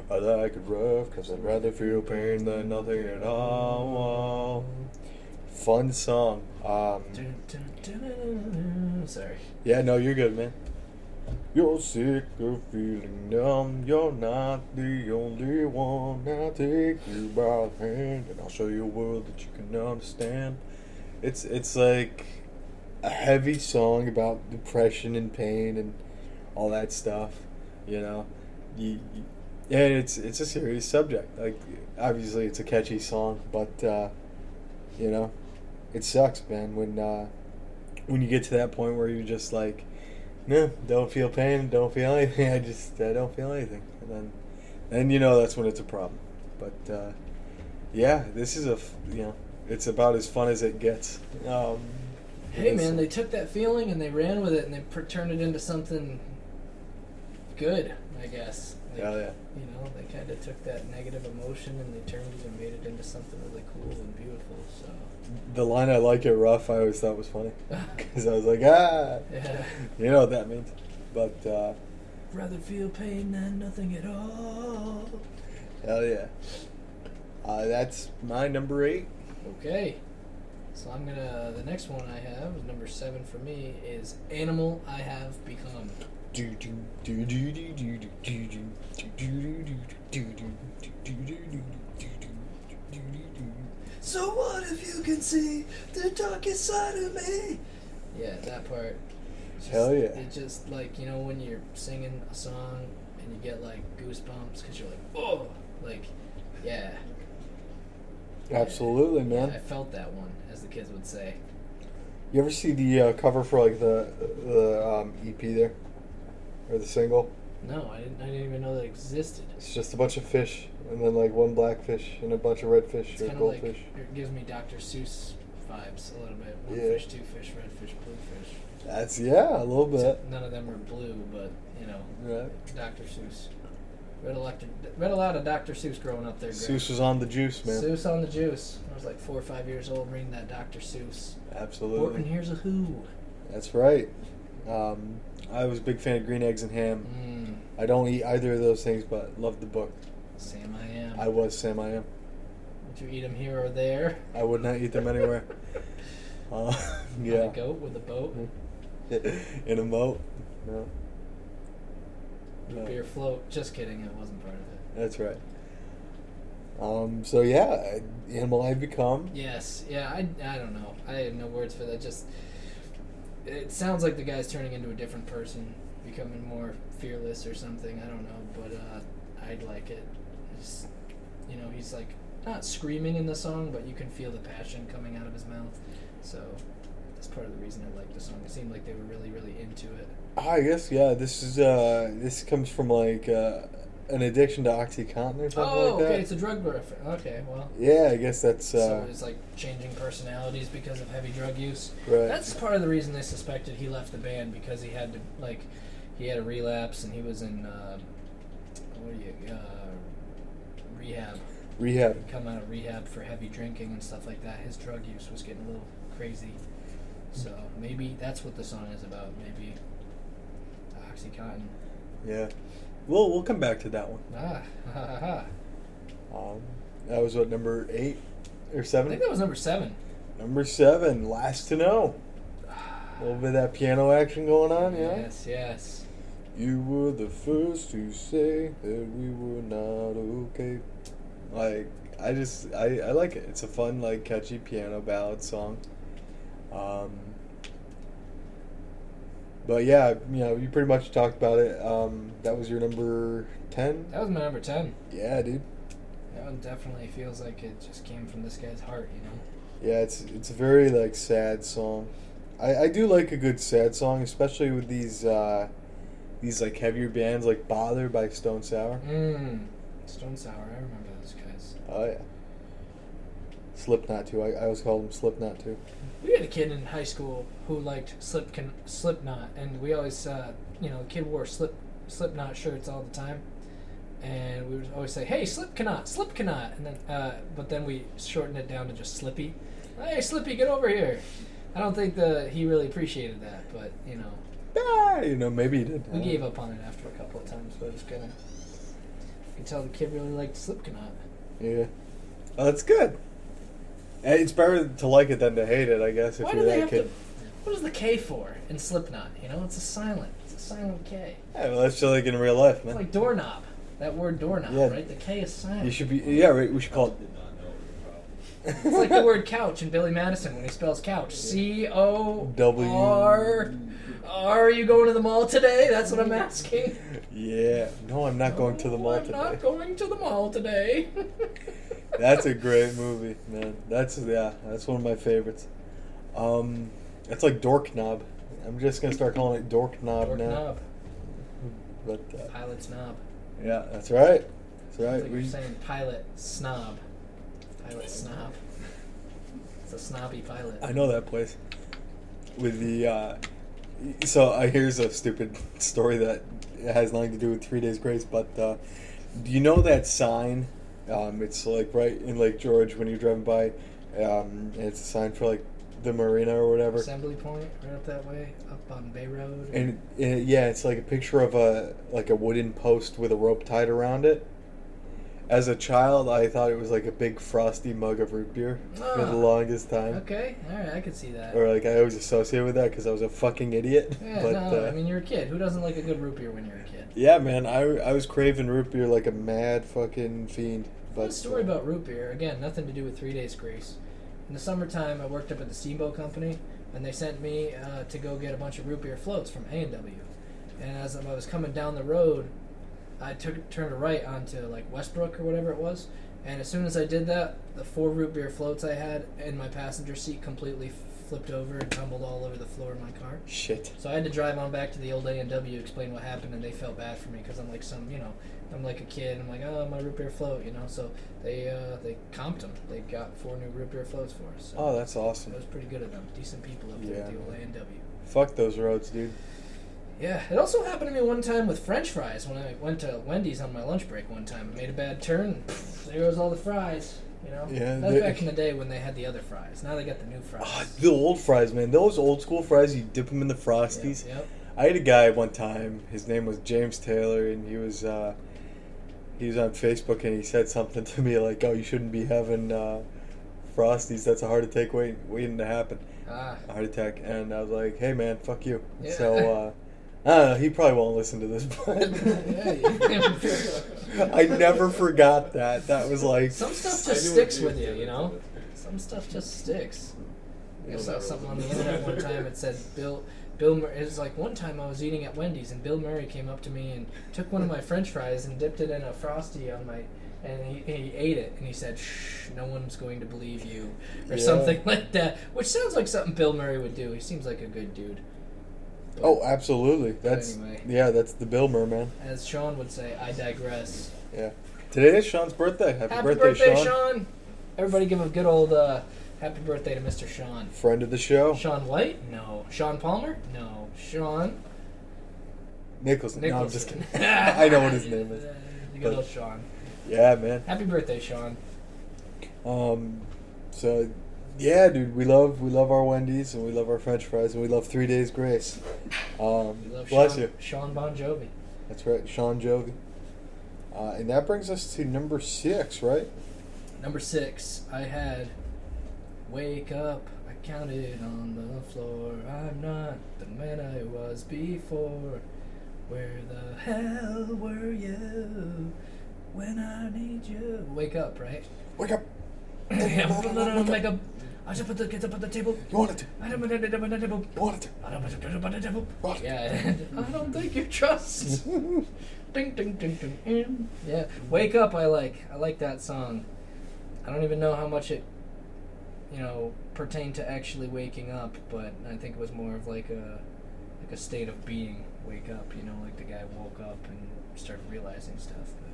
I like it rough, cause I'd rather feel pain than nothing at all. Fun song. Um, Dun, dun, dun, dun, dun, dun. Sorry. Yeah, no, you're good, man. You're sick of feeling numb. You're not the only one. I'll take you by the hand and I'll show you a world that you can understand. It's it's like a heavy song about depression and pain and all that stuff. You know, you, you- and it's it's a serious subject. Like obviously, it's a catchy song, but uh, you know, it sucks, man. When uh, when you get to that point where you're just like, no, don't feel pain, don't feel anything. [laughs] I just I don't feel anything, and then then you know that's when it's a problem. But uh, yeah, this is a f- you know it's about as fun as it gets. Um, Hey it's- man, they took that feeling and they ran with it and they pr- turned it into something good, I guess. Like, Hell Oh, yeah. You know, they kind of took that negative emotion and they turned it and made it into something really cool and beautiful. So, [laughs] the line I like it rough I always thought was funny because I was like ah yeah. you know what that means, but uh, Rather feel pain than nothing at all. hell yeah, uh, that's my number eight. Okay. So I'm gonna. The next one I have, number seven for me, is Animal I Have Become. Do do do do do do do do do do do do do do do do do do do do do. So what if you can see the darkest side of me? Yeah, that part. It's Hell just- yeah. It's just like you know when you're singing a song and you get like goosebumps because you're like, oh, like, yeah. Absolutely, man. I felt that one, as the kids would say. You ever see the uh, cover for like the the um, EP there, or the single? No, I didn't. I didn't even know that existed. It's just a bunch of fish, and then like one black fish and a bunch of red fish It's or kind of like goldfish. it gives me Dr. Seuss vibes a little bit. One Yeah. fish, two fish, red fish, blue fish. That's yeah, a little bit. Except none of them were blue, but you know, Right. Dr. Seuss. Read a lot. Read a lot of Dr. Seuss growing up there. Greg. Seuss was on the juice, man. Seuss on the juice. I was like four or five years old reading that Dr. Seuss. Horton Absolutely, here's a who. that's right. Um, I was a big fan of green eggs and ham. Mm, I don't eat either of those things, but loved the book. Sam I am. I was Sam. I am. Would you eat them here or there? I would not eat them anywhere. Uh, On a yeah, goat with a boat. [laughs] in a moat. No, Root No. [laughs] beer float. Just kidding. That wasn't part of it. that's right. Um, so yeah, I- animal I've become. Yes. Yeah. I. I don't know. I have no words for that. Just. It sounds like the guy's turning into a different person, becoming more fearless or something. I don't know, but uh, I'd like it. Just, you know, he's like not screaming in the song, but you can feel the passion coming out of his mouth. So that's part of the reason I like the song. It seemed like they were really, really into it. Ah, I guess yeah. This is uh, this comes from like uh, an addiction to OxyContin or something Oh, like that. okay. It's a drug reference. Okay, well. yeah, I guess that's So uh, it's like changing personalities because of heavy drug use. right. That's part of the reason they suspected he left the band because he had to like he had a relapse and he was in uh, what do you uh, rehab. rehab. Come out of rehab for heavy drinking and stuff like that. His drug use was getting a little crazy. So maybe that's what the song is about. Maybe OxyContin. Yeah, we'll we'll come back to that one. Ah, ha ha ha. Um, that was what number eight or I seven. think that was number seven. Number seven, last to know. A little bit of that piano action going on, yeah. Yes, yes. You were the first to say that we were not okay. Like I just I, I like it. It's a fun like catchy piano ballad song. Um, but yeah, you know you pretty much talked about it. Um, that was your number ten. That was my number ten. Yeah, dude. That one definitely feels like it just came from this guy's heart, you know. Yeah, it's it's a very like sad song. I, I do like a good sad song, especially with these uh, these like heavier bands like Bother by Stone Sour. Mmm. Stone Sour, I remember those guys. Oh yeah. Slipknot too. I, I always called them Slipknot too. We had a kid in high school who liked slip can, Slipknot, and we always, uh, you know, the kid wore slip Slipknot shirts all the time, and we would always say, "Hey, Slipknot, Slipknot," and then, uh, but then we shortened it down to just Slippy. Hey, Slippy, get over here. I don't think the he really appreciated that, but you know, Ah, you know, maybe he did. we gave up on it after a couple of times. But it's kind of, you could tell the kid really liked Slipknot. Yeah. Oh, that's good. Eh, It's better to like it than to hate it, I guess. If Why you're do they that have kid. to? What is the K for in Slipknot? You know, it's a silent. It's a silent K. Yeah, well, that's just like in real life, It's man. like doorknob. That word doorknob, Yeah. right? The K is silent. you should be. Yeah, right. We should call Did not know it it. It's like [laughs] the word couch in Billy Madison when he spells couch. C O W. R. Are you going to the mall today? That's what I'm asking. Yeah. No, I'm not going to the mall I'm today. not going to the mall today. That's a great movie, man. That's yeah. That's one of my favorites. Um, that's like Dork Knob. I'm just gonna start calling it Dork Knob Dork now. knob. But uh, Pilot's knob. Yeah, that's right. That's It's right. like we, you're saying pilot snob. Pilot snob. It's a snobby pilot. I know that place. With the uh, so uh, here's a stupid [laughs] story that has nothing to do with Three Days Grace, but uh, do you know that sign? Um, it's like right in Lake George when you're driving by. Um, and it's a sign for like the marina or whatever. Assembly point, right up that way, up on Bay Road. And uh, yeah, it's like a picture of a like a wooden post with a rope tied around it. As a child, I thought it was like a big frosty mug of root beer for Ah. the longest time. Okay, all right, I could see that. Or like I always associated with that because I was a fucking idiot. Yeah, [laughs] but no, uh, I mean you're a kid. Who doesn't like a good root beer when you're a kid? yeah, man, I, I was craving root beer like a mad fucking fiend. But Fun story uh, about root beer. Again, nothing to do with Three Days Grace. In the summertime, I worked up at the Steamboat Company, and they sent me uh, to go get a bunch of root beer floats from A and W. And as I was coming down the road, I took turned a right onto like Westbrook or whatever it was. And as soon as I did that, the four root beer floats I had in my passenger seat completely flipped over and tumbled all over the floor of my car. shit. So I had to drive on back to the old A and W, explain what happened, and they felt bad for me because I'm like some, you know, I'm like a kid. I'm like, oh, my root beer float, you know. So they uh, they comped them. They got four new root beer floats for us. So Oh, that's awesome. that was pretty good of them. Decent people up there at Yeah. the old A and W. Fuck those roads, dude. Yeah, it also happened to me one time with French fries when I went to Wendy's on my lunch break one time. I made a bad turn. And pff, there goes all the fries. You know, Yeah, that's they- back in the day when they had the other fries. Now they got the new fries. Ah, the old fries, man. Those old school fries, you dip them in the frosties. Yep, yep. I had a guy one time. His name was James Taylor, and he was uh, he was on Facebook, and he said something [laughs] to me like, "Oh, you shouldn't be having uh, frosties. That's a heart attack wait, waiting to happen, Ah, a heart attack." And I was like, "Hey, man, fuck you." Yeah. So uh, I don't know. He probably won't listen to this, [laughs] Yeah, but you- I never forgot that. That was like some stuff I just do sticks agree with you, you. you know. Some stuff just sticks. I You'll saw never something on learn. the internet one time. It said Bill. Bill. Mur- It was like one time I was eating at Wendy's and Bill Murray came up to me and took one of my French fries and dipped it in a frosty on my, and he, he ate it and he said, "Shh, no one's going to believe you," or Yeah. something [laughs] like that, which sounds like something Bill Murray would do. He seems like a good dude. But Oh, absolutely. That's anyway. yeah. That's the Bill Murr man. as Sean would say, I digress. Yeah. Today is Sean's birthday. Happy, Happy birthday, Sean. Sean! Everybody give a good old uh, happy birthday to Mr. Sean. Friend of the show. Sean White? No. Sean Palmer? No. Sean Nicholson. Nicholson. No, I'm just kidding. [laughs] [laughs] I know what his name is. You good but- old Sean. Yeah, man. Happy birthday, Sean. Um, so yeah, dude, we love we love our Wendy's and we love our French fries and we love Three Days Grace. Um, We love bless Sean, you. Sean Bon Jovi. That's right, Sean Jovi. Uh, and that brings us to number six, right? Number six, I had Wake Up. I counted on the floor. I'm not the man I was before. Where the hell were you when I need you? Wake up, right? [laughs] Wake up! Yeah, no, no, no, no, wake up. I just put the kids up on the table. You want it? to. I don't put it up on the table. You want it? I don't put it up on the table. What? Yeah, I don't think [laughs] you trust. to. ding, ding, ding, ding, ding. Yeah, wake up. I like. I like that song. I don't even know how much it, you know, pertained to actually waking up, but I think it was more of like a, like a state of being. Wake up, you know, like the guy woke up and started realizing stuff. But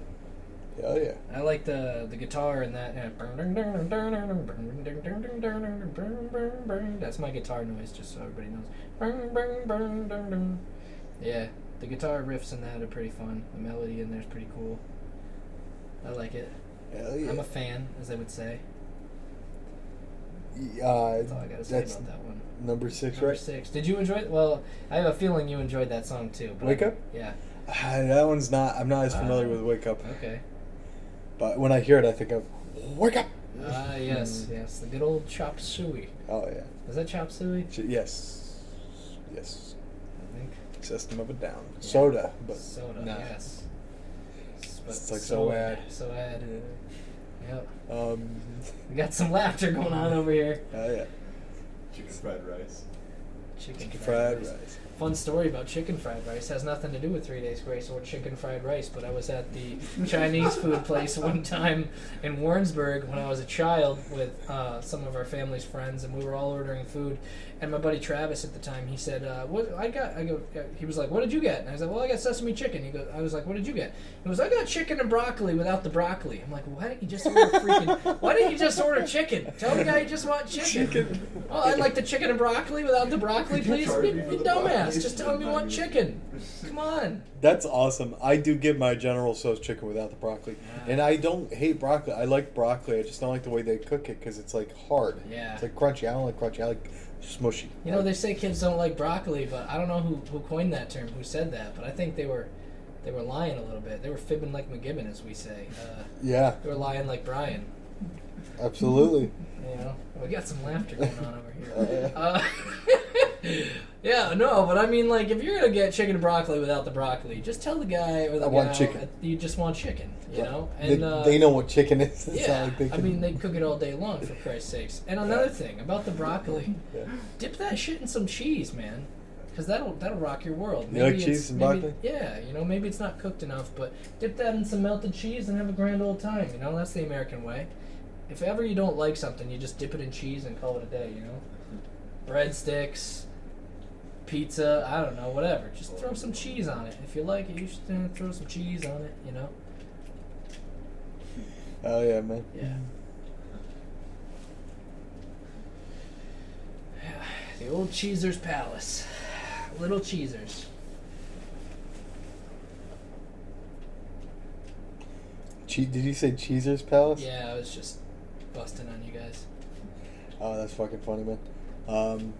Hell yeah! I like the the guitar in that. uh, That's my guitar noise, just so everybody knows. Yeah, the guitar riffs in that are pretty fun. The melody in there's pretty cool. I like it. Hell I'm yeah! a fan, as they would say. uh, That's all I gotta say that's about that one. number six, Number right? six. Did you enjoy? it? Well, I have a feeling you enjoyed that song too. But Wake Up? Yeah. Ah, that one's not. I'm not as familiar Ah. with Wake Up, [laughs] Okay. but when I hear it, I think of Wake Up. Hmm. Ah, yes, yes. The good old chop suey. Oh yeah. Is that chop suey? J- Yes. Yes. I think. System of a Down. Soda, but soda, nah. yes. S- but It's like so soad, ad. Soad. Yep. Um. We got some laughter going on over here. Oh yeah. Chicken fried rice. Chicken, Chicken fried, fried rice. rice. Fun story about chicken fried rice has nothing to do with Three Days Grace or chicken fried rice, but I was at the Chinese food place one time in Warrensburg when I was a child with uh, some of our family's friends, and we were all ordering food. And my buddy Travis at the time, he said, uh, "What I got?" I go. uh, He was like, "What did you get?" And I was like, "Well, I got sesame chicken." He goes, "I was like, what did you get?" He was, "I got chicken and broccoli without the broccoli." I'm like, "Why didn't you just order freaking? Why didn't you just order chicken? Tell the guy you just want Chicken. Oh, I'd like the chicken and broccoli without the broccoli, please. charge You, me for you the dumbass. broccoli? Just tell me you want chicken. Come on. That's awesome. I do get my General Tso's chicken without the broccoli, and I don't hate broccoli. I like broccoli. I just don't like the way they cook it because it's like hard. Yeah. It's like crunchy. I don't like crunchy. I like smushy. You know, they say kids don't like broccoli, but I don't know who, who coined that term, who said that, but I think they were They were lying a little bit. They were fibbing like McGibbon, as we say. Uh, Yeah, they were lying like Brian. absolutely. [laughs] You know, we got some laughter going on over here. Oh, [laughs] yeah. Uh, [laughs] yeah, no, but I mean, like, if you're gonna get chicken and broccoli without the broccoli, just tell the guy or the I want gal chicken. that You just want chicken, you know. they, And uh, they know what chicken is. [laughs] It's not Yeah, like they I can- mean, they cook it all day long for Christ's sakes. And another thing about the broccoli, [gasps] Yeah. dip that shit in some cheese, man. Because that'll that'll rock your world. You like it's- cheese and maybe- broccoli? Yeah, you know maybe it's not cooked enough, but dip that in some melted cheese and have a grand old time. You know that's the American way. If ever you don't like something, you just dip it in cheese and call it a day. You know, breadsticks, pizza, I don't know, whatever. Just throw some cheese on it. If you like it, you should uh, throw some cheese on it. You know. Oh yeah, man. Yeah. [sighs] The old Cheeser's Palace. Little Cheeser's. Che- did you say Cheezer's Palace? Yeah, I was just busting on you guys. Oh, that's fucking funny, man. Um,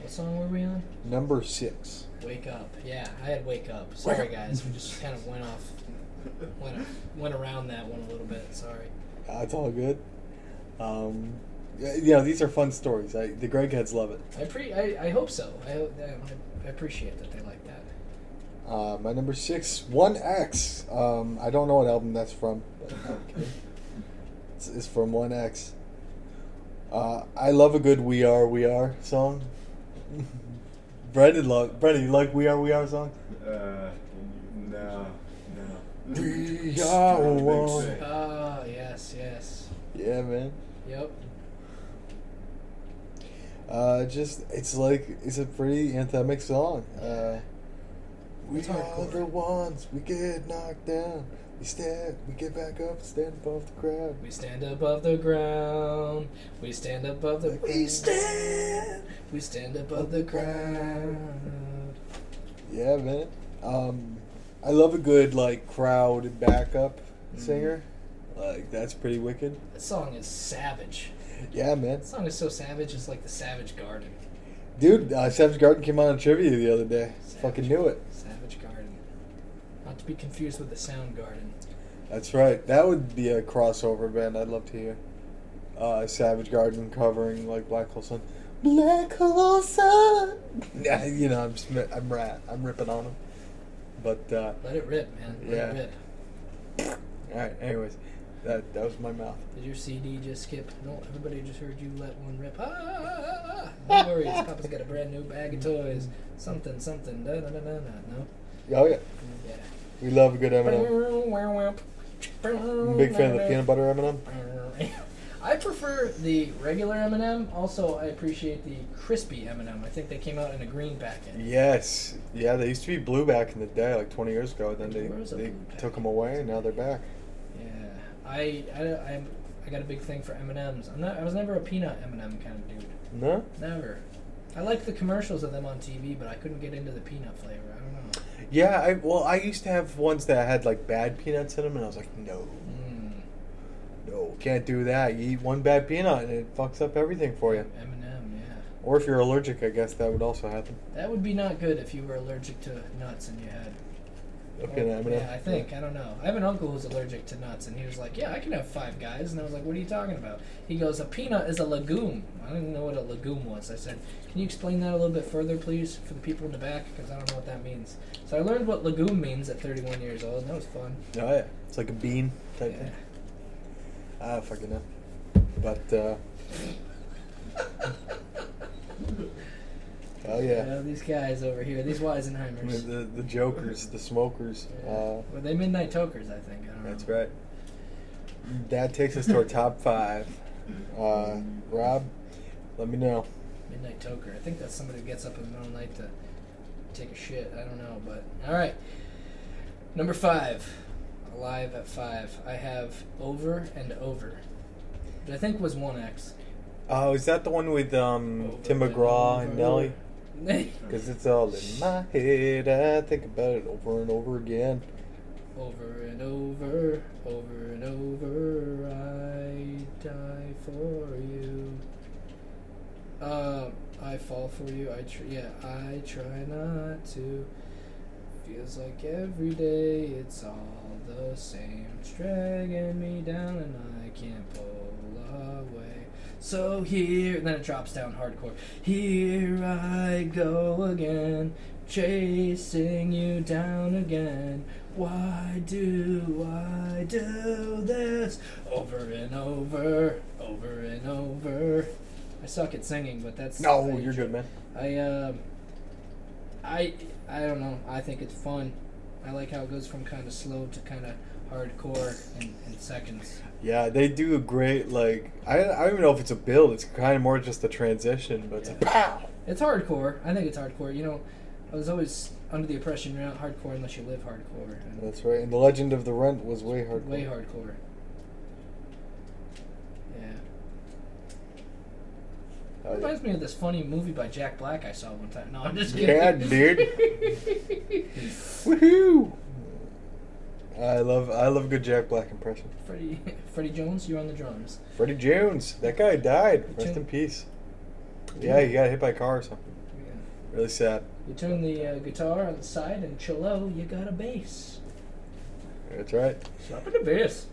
What song were we on? number six. Wake Up. Yeah, I had Wake Up. Sorry, Wake up. guys. We just kind of went off, went, went around that one a little bit. Sorry. That's Uh, all good. Um, y- you know, these are fun stories. I, the Greg heads love it. I pre. I, I hope so. I, hope- I, I appreciate that they like that. Uh, my number six, One X. Um, I don't know what album that's from. But okay. it's, it's from One X. Uh, I love a good "We Are We Are" song. [laughs] Brendan love Brendan. You like "We Are We Are" song? Uh, no, no. We are Trying to think one. sick. Ah, yes, yes. Yeah, man. Yep. Uh, just it's like it's a pretty anthemic song. Uh, we It's are hardcore. the ones we get knocked down. We stand, we get back up, stand above the crowd. We stand above the ground. We stand above the. We stand. We stand above the ground. Yeah, man. Um, I love a good like crowd backup Mm-hmm. singer. Like that's pretty wicked. That song is savage. Yeah, man. That song is so savage. It's like the Savage Garden. Dude, uh, Savage Garden came on a trivia the other day. Savage Fucking knew it. Savage Garden. Not to be confused with the Sound Garden. That's right. That would be a crossover band. I'd love to hear. Uh, Savage Garden covering like Black Hole Sun. Black Hole Sun. [laughs] Yeah, you know I'm sm- I'm rat. I'm ripping on them. But uh, Let it rip, man. Let Yeah. it rip. all right. Anyways, that that was my mouth. Did your CD just skip? No, everybody just heard you let one rip. Ah, ah, ah, ah. [laughs] No worries. Papa's got a brand new bag of toys. Something, something. Da da da da da. No. Oh yeah, Yeah. we love a good Eminem. I'm I'm a big fan of the peanut butter Eminem. [laughs] I prefer the regular M&M. Also, I appreciate the crispy M&M. I think they came out in a green packet. Yes. Yeah, they used to be blue back in the day, like 20 years ago. Then they, Where is that they blue pack? took them away, and now they're back. Yeah, I I I, I got a big thing for M&Ms. I'm not. I was never a peanut M&M kind of dude. No? Never. I liked the commercials of them on TV, but I couldn't get into the peanut flavor. I don't know. Yeah, I well, I used to have ones that had like bad peanuts in them, and I was like, no, Mm, no, can't do that. You eat one bad peanut, and it fucks up everything for you. M&M, yeah. Or if you're allergic, I guess that would also happen. That would be not good if you were allergic to nuts and you had Okay, Well, M&M. Oh, Yeah, I think. I don't know. I have an uncle who's allergic to nuts, and he was like, Yeah, I can have five guys. And I was like, What are you talking about? He goes, A peanut is a legume. I didn't know what a legume was. I said, Can you explain that a little bit further, please, for the people in the back? Because I don't know what that means. So I learned what legume means at 31 years old, and that was fun. Oh yeah, it's like a bean type Yeah. thing. I don't fucking know. But uh, oh You yeah, know, these guys over here, these Weisenheimers. the the jokers, the smokers. Yeah. Uh, well, they midnight tokers, I think. I don't That's know. right. That takes us to our top five. Uh, Rob, let me know. Midnight toker. I think that's somebody who gets up in the middle of the night to take a shit. I don't know, but all right. Number five, alive at five. I have over and over, which I think was one X. Oh, is that the one with um, Over Tim and McGraw and over. Nelly? [laughs] over Because it's all in my head. I think about it over and over again. and over, over and over, I die for you. Uh, Um, I fall for you. I tr- yeah, I try not to Feels like every day it's all the same. It's dragging me down and I can't pull away. So here, and then it drops down hardcore. Here I go again, chasing you down again. Why do I do this over and over, over and over? I suck at singing, but that's No, I you're good, man. I um, I I don't know. I think it's fun. I like how it goes from kind of slow to kind of hardcore in, in seconds. Yeah, they do a great like. I, I don't even know if it's a build. It's kind of more just a transition, but it's a Yeah. pow. It's hardcore. I think it's hardcore. You know, I was always under the impression you're not hardcore unless you live hardcore. And That's right. And the Legend of the Rent was way hard. Way hardcore. Yeah. Oh, yeah. Reminds me of this funny movie by Jack Black I saw one time. No, I'm just kidding. Yeah, dude. Woohoo! I love I love a good Jack Black impression. [laughs] Freddie, Freddie Jones, you're on the drums. Freddie Jones, that guy died. Rest Jones. in peace. Yeah, he got hit by a car or something. Yeah. Really sad. You turn the uh, guitar on the side and cello, you got a bass. That's right. Slap in the bass.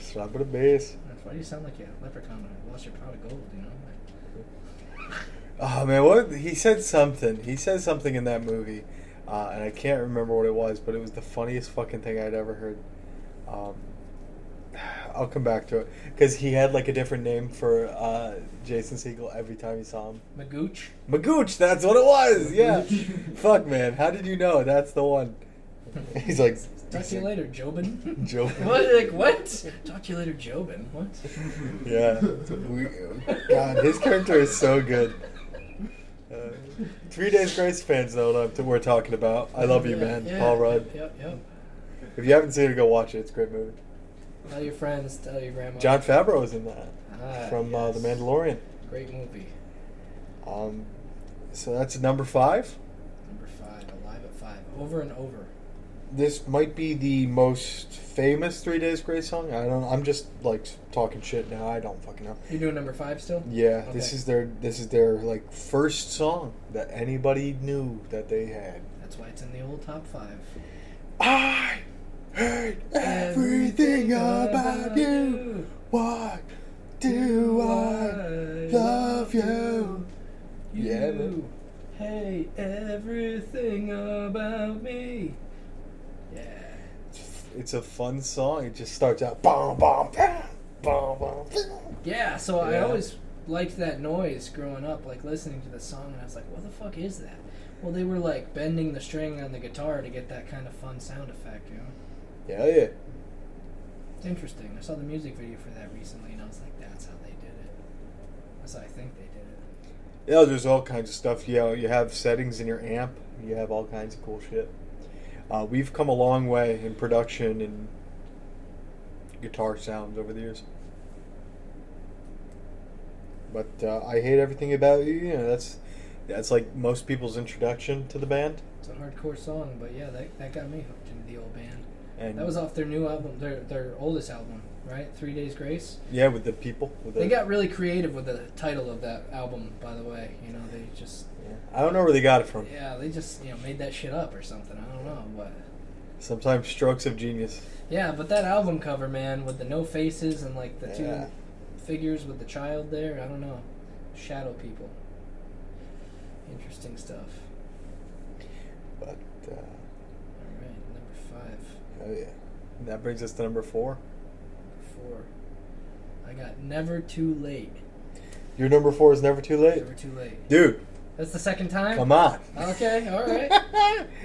Slap with a bass. That's why you sound like a leprechaun when lost your pot of gold, you know? Like, Oh man, what he said something. He said something in that movie, uh, and I can't remember what it was, but it was the funniest fucking thing I'd ever heard. Um, [sighs] I'll come back to it because he had like a different name for uh, Jason Siegel every time you saw him. Magooch. Magooch, that's what it was. Yeah. Magooch. Fuck, man. How did you know? That's the one. [laughs] [laughs] He's like, [laughs] Talk to you later, Jobin. Jobin. [laughs] what? Like, what? Talk to you later, Jobin. What? [laughs] Yeah. We, God, his character is so good. Uh, Three Days Grace fans know what I'm- we're talking about. I love you, Yeah, man. yeah, Paul Rudd. Yep, yep. If you haven't seen it, go watch it. It's a great movie. Tell your friends, tell your grandma. John Favreau was in that Ah, from uh, yes. The Mandalorian. Great movie. Um, so that's number five. Number five, Alive at Five. Over and over. This might be the most famous Three Days Grace song. I don't. I'm just like talking shit now. I don't fucking know. You doing number five still? Yeah, Okay. this is their this is their like first song that anybody knew that they had. That's why it's in the old top five. I heard everything about you. Why do I love you? Yeah, man. Hey, everything about me. Yeah. It's a fun song. It just starts out bomb bomb bam, bomb bomb. bam. Yeah, so I Yeah. always liked that noise growing up, like listening to the song, and I was like, what the fuck is that? Well, they were like bending the string on the guitar to get that kind of fun sound effect, you know? Yeah, yeah. It's interesting. I saw the music video for that recently, and I was like, that's how they did it. That's how I think they did it. Yeah, there's all kinds of stuff. You know, you have settings in your amp. You have all kinds of cool shit. Uh, we've come a long way in production and guitar sounds over the years. But uh, I hate everything about you. You know, that's that's like most people's introduction to the band. It's a hardcore song, but yeah, that, that got me hooked into the old band. And That was off their new album, their their oldest album, right? Three Days Grace. yeah, with the people. With They the, got really creative with the title of that album, by the way. You know, they just Yeah. I don't know where they got it from. yeah, they just you know made that shit up or something. I don't know, but Sometimes strokes of genius. yeah, but that album cover, man, with the no faces and like the Yeah. two figures with the child there. I don't know, shadow people. Interesting stuff. But uh, All right, number five. oh yeah, And that brings us to number four. Four. I got Never Too Late. Your number four is never too late, Never Too Late. dude. That's the second time? Come on. Okay, [laughs] alright.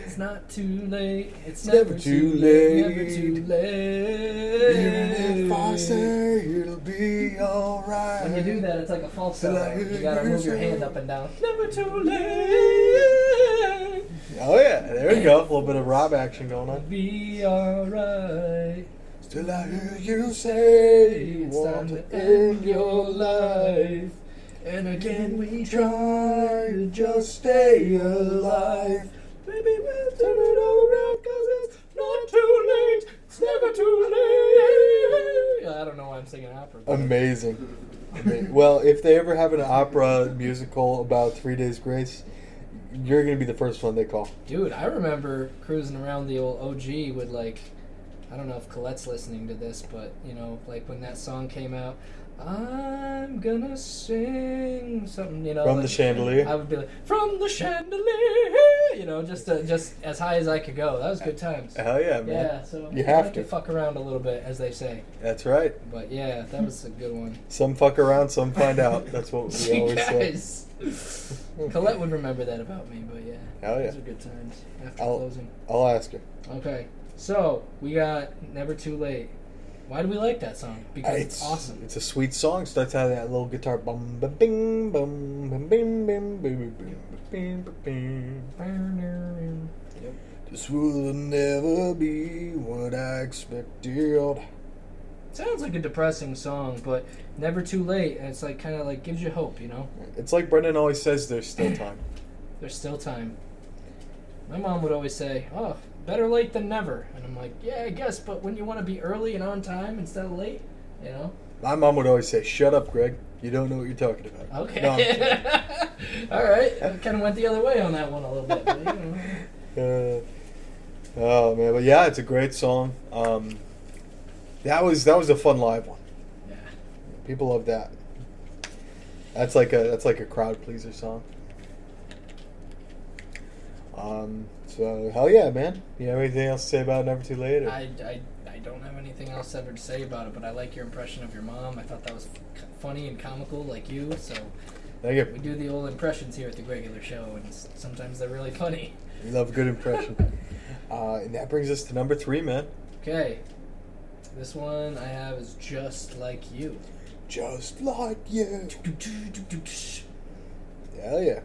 It's not too late. It's, never too late. Never too late. Even if I say it'll be alright. When you do that, it's like a falsetto. Like you gotta move your it's- hand up and down. Never too late. Oh yeah, there you go. A little bit of Rob action going on. Be alright. Till I hear you say you It's time want to to end your life. And again, we try to just stay alive. Maybe we'll turn it all around because it's not too late. It's never too late. I don't know why I'm singing opera. but- Amazing. Amazing. Well, if they ever have an opera musical about Three Days Grace, You're gonna be the first one they call. Dude, I remember cruising around the old OG with like, I don't know if Colette's listening to this, but you know, like when that song came out, I'm gonna sing something, you know, From the like- chandelier? I would be like, from the chandelier, you know, just to, just as high as I could go. That was good times. Hell yeah, man. Yeah, so Uh-huh. You have I to. could fuck around a little bit, as they say. That's right. But yeah, that was a good one. Some fuck around, some find out. That's what [laughs] we [laughs] Gee, always say. guys. Colette would remember that about me, but yeah. Hell yeah. Those are good times after I'll- closing. I'll ask her. Okay, so we got Never Too Late. Why do we like that song? Because it's, awesome. It's a sweet song. Starts out with that little guitar. Bum, ba, bing, bum, bum, bing, bing, bing, bing, bing, bing, bing, bing. Yep. This will never be what I expected. Sounds like a depressing song, but Never Too Late, and it's like kind of like gives you hope, you know? It's like Brendan always says there's still time. There's still time. My mom would always say, "Oh, better late than never," and I'm like, "Yeah, I guess, but when you want to be early and on time instead of late, you know?" My mom would always say, Shut up, Greg. You don't know what you're talking about. Okay. No, I'm kidding. [laughs] All right. I kind of went the other way on that one a little bit. But, you [laughs] know. Uh, oh man, but yeah, it's a great song. Um, that was that was a fun live one. Yeah. [laughs] People love that. That's like a that's like a crowd pleaser song. Um, so hell yeah, man. You have anything else to say about Never Too Late? or- I, I, I don't have anything else ever to say about it, but I like your impression of your mom. I thought that was f- funny and comical, like you. So Thank you. we do the old impressions here at the regular show, and s- sometimes they're really funny. We love a good [laughs] impression. uh, and that brings us to number three, man. Okay. This one I have is just like you. Just like you. Hell yeah.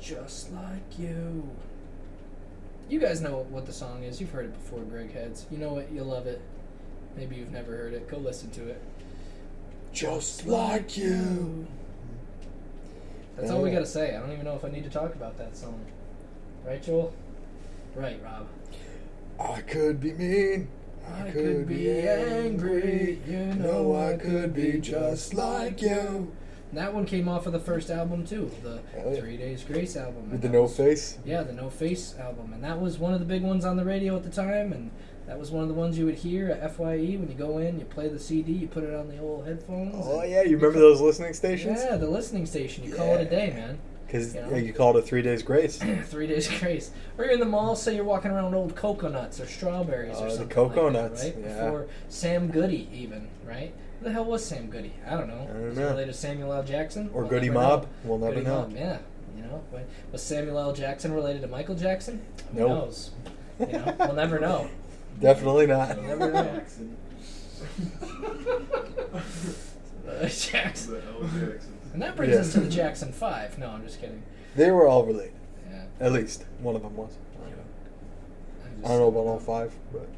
Just like you. You guys know what the song is. You've heard it before, Greg Heads. You know it. You love it. Maybe you've never heard it. Go listen to it. Just like you. That's all we Yeah. gotta say. I don't even know if I need to talk about that song. Right, Joel? Right, Rob. I could be mean. I could be angry. You No, I could be just like you. That one came off of the first album too, the Hell Oh, yeah. Three Days Grace album. and With the that no was- face. Yeah, the No Face album, and that was one of the big ones on the radio at the time, and that was one of the ones you would hear at Fye when you go in, you play the CD, you put it on the old headphones. Oh and- yeah, you remember those listening stations? Yeah, the listening station. You call it a day, man. Because Yeah. you called it three days [clears throat] grace. Three days grace. Or you're in the mall, say you're walking around old coconuts or strawberries Oh, or the something. coconuts, Like that, right? yeah. Before Sam Goody, even, right? Who the hell was Sam Goody? I don't know. I don't was know. he related to Samuel L. Jackson? Or We'll Goody never Mob? know. We'll never Goody know. Mob, yeah. You know, but was Samuel L. Jackson related to Michael Jackson? Who Nope. knows? You know, we'll never know. [laughs] Definitely not. We'll never know. Jackson. Uh, [laughs] Jackson. The L. Jackson. And that brings Yeah. us to the Jackson Five. No, I'm just kidding. They were all related. Yeah. At least one of them was. you know, I'm I just- don't know about all five, but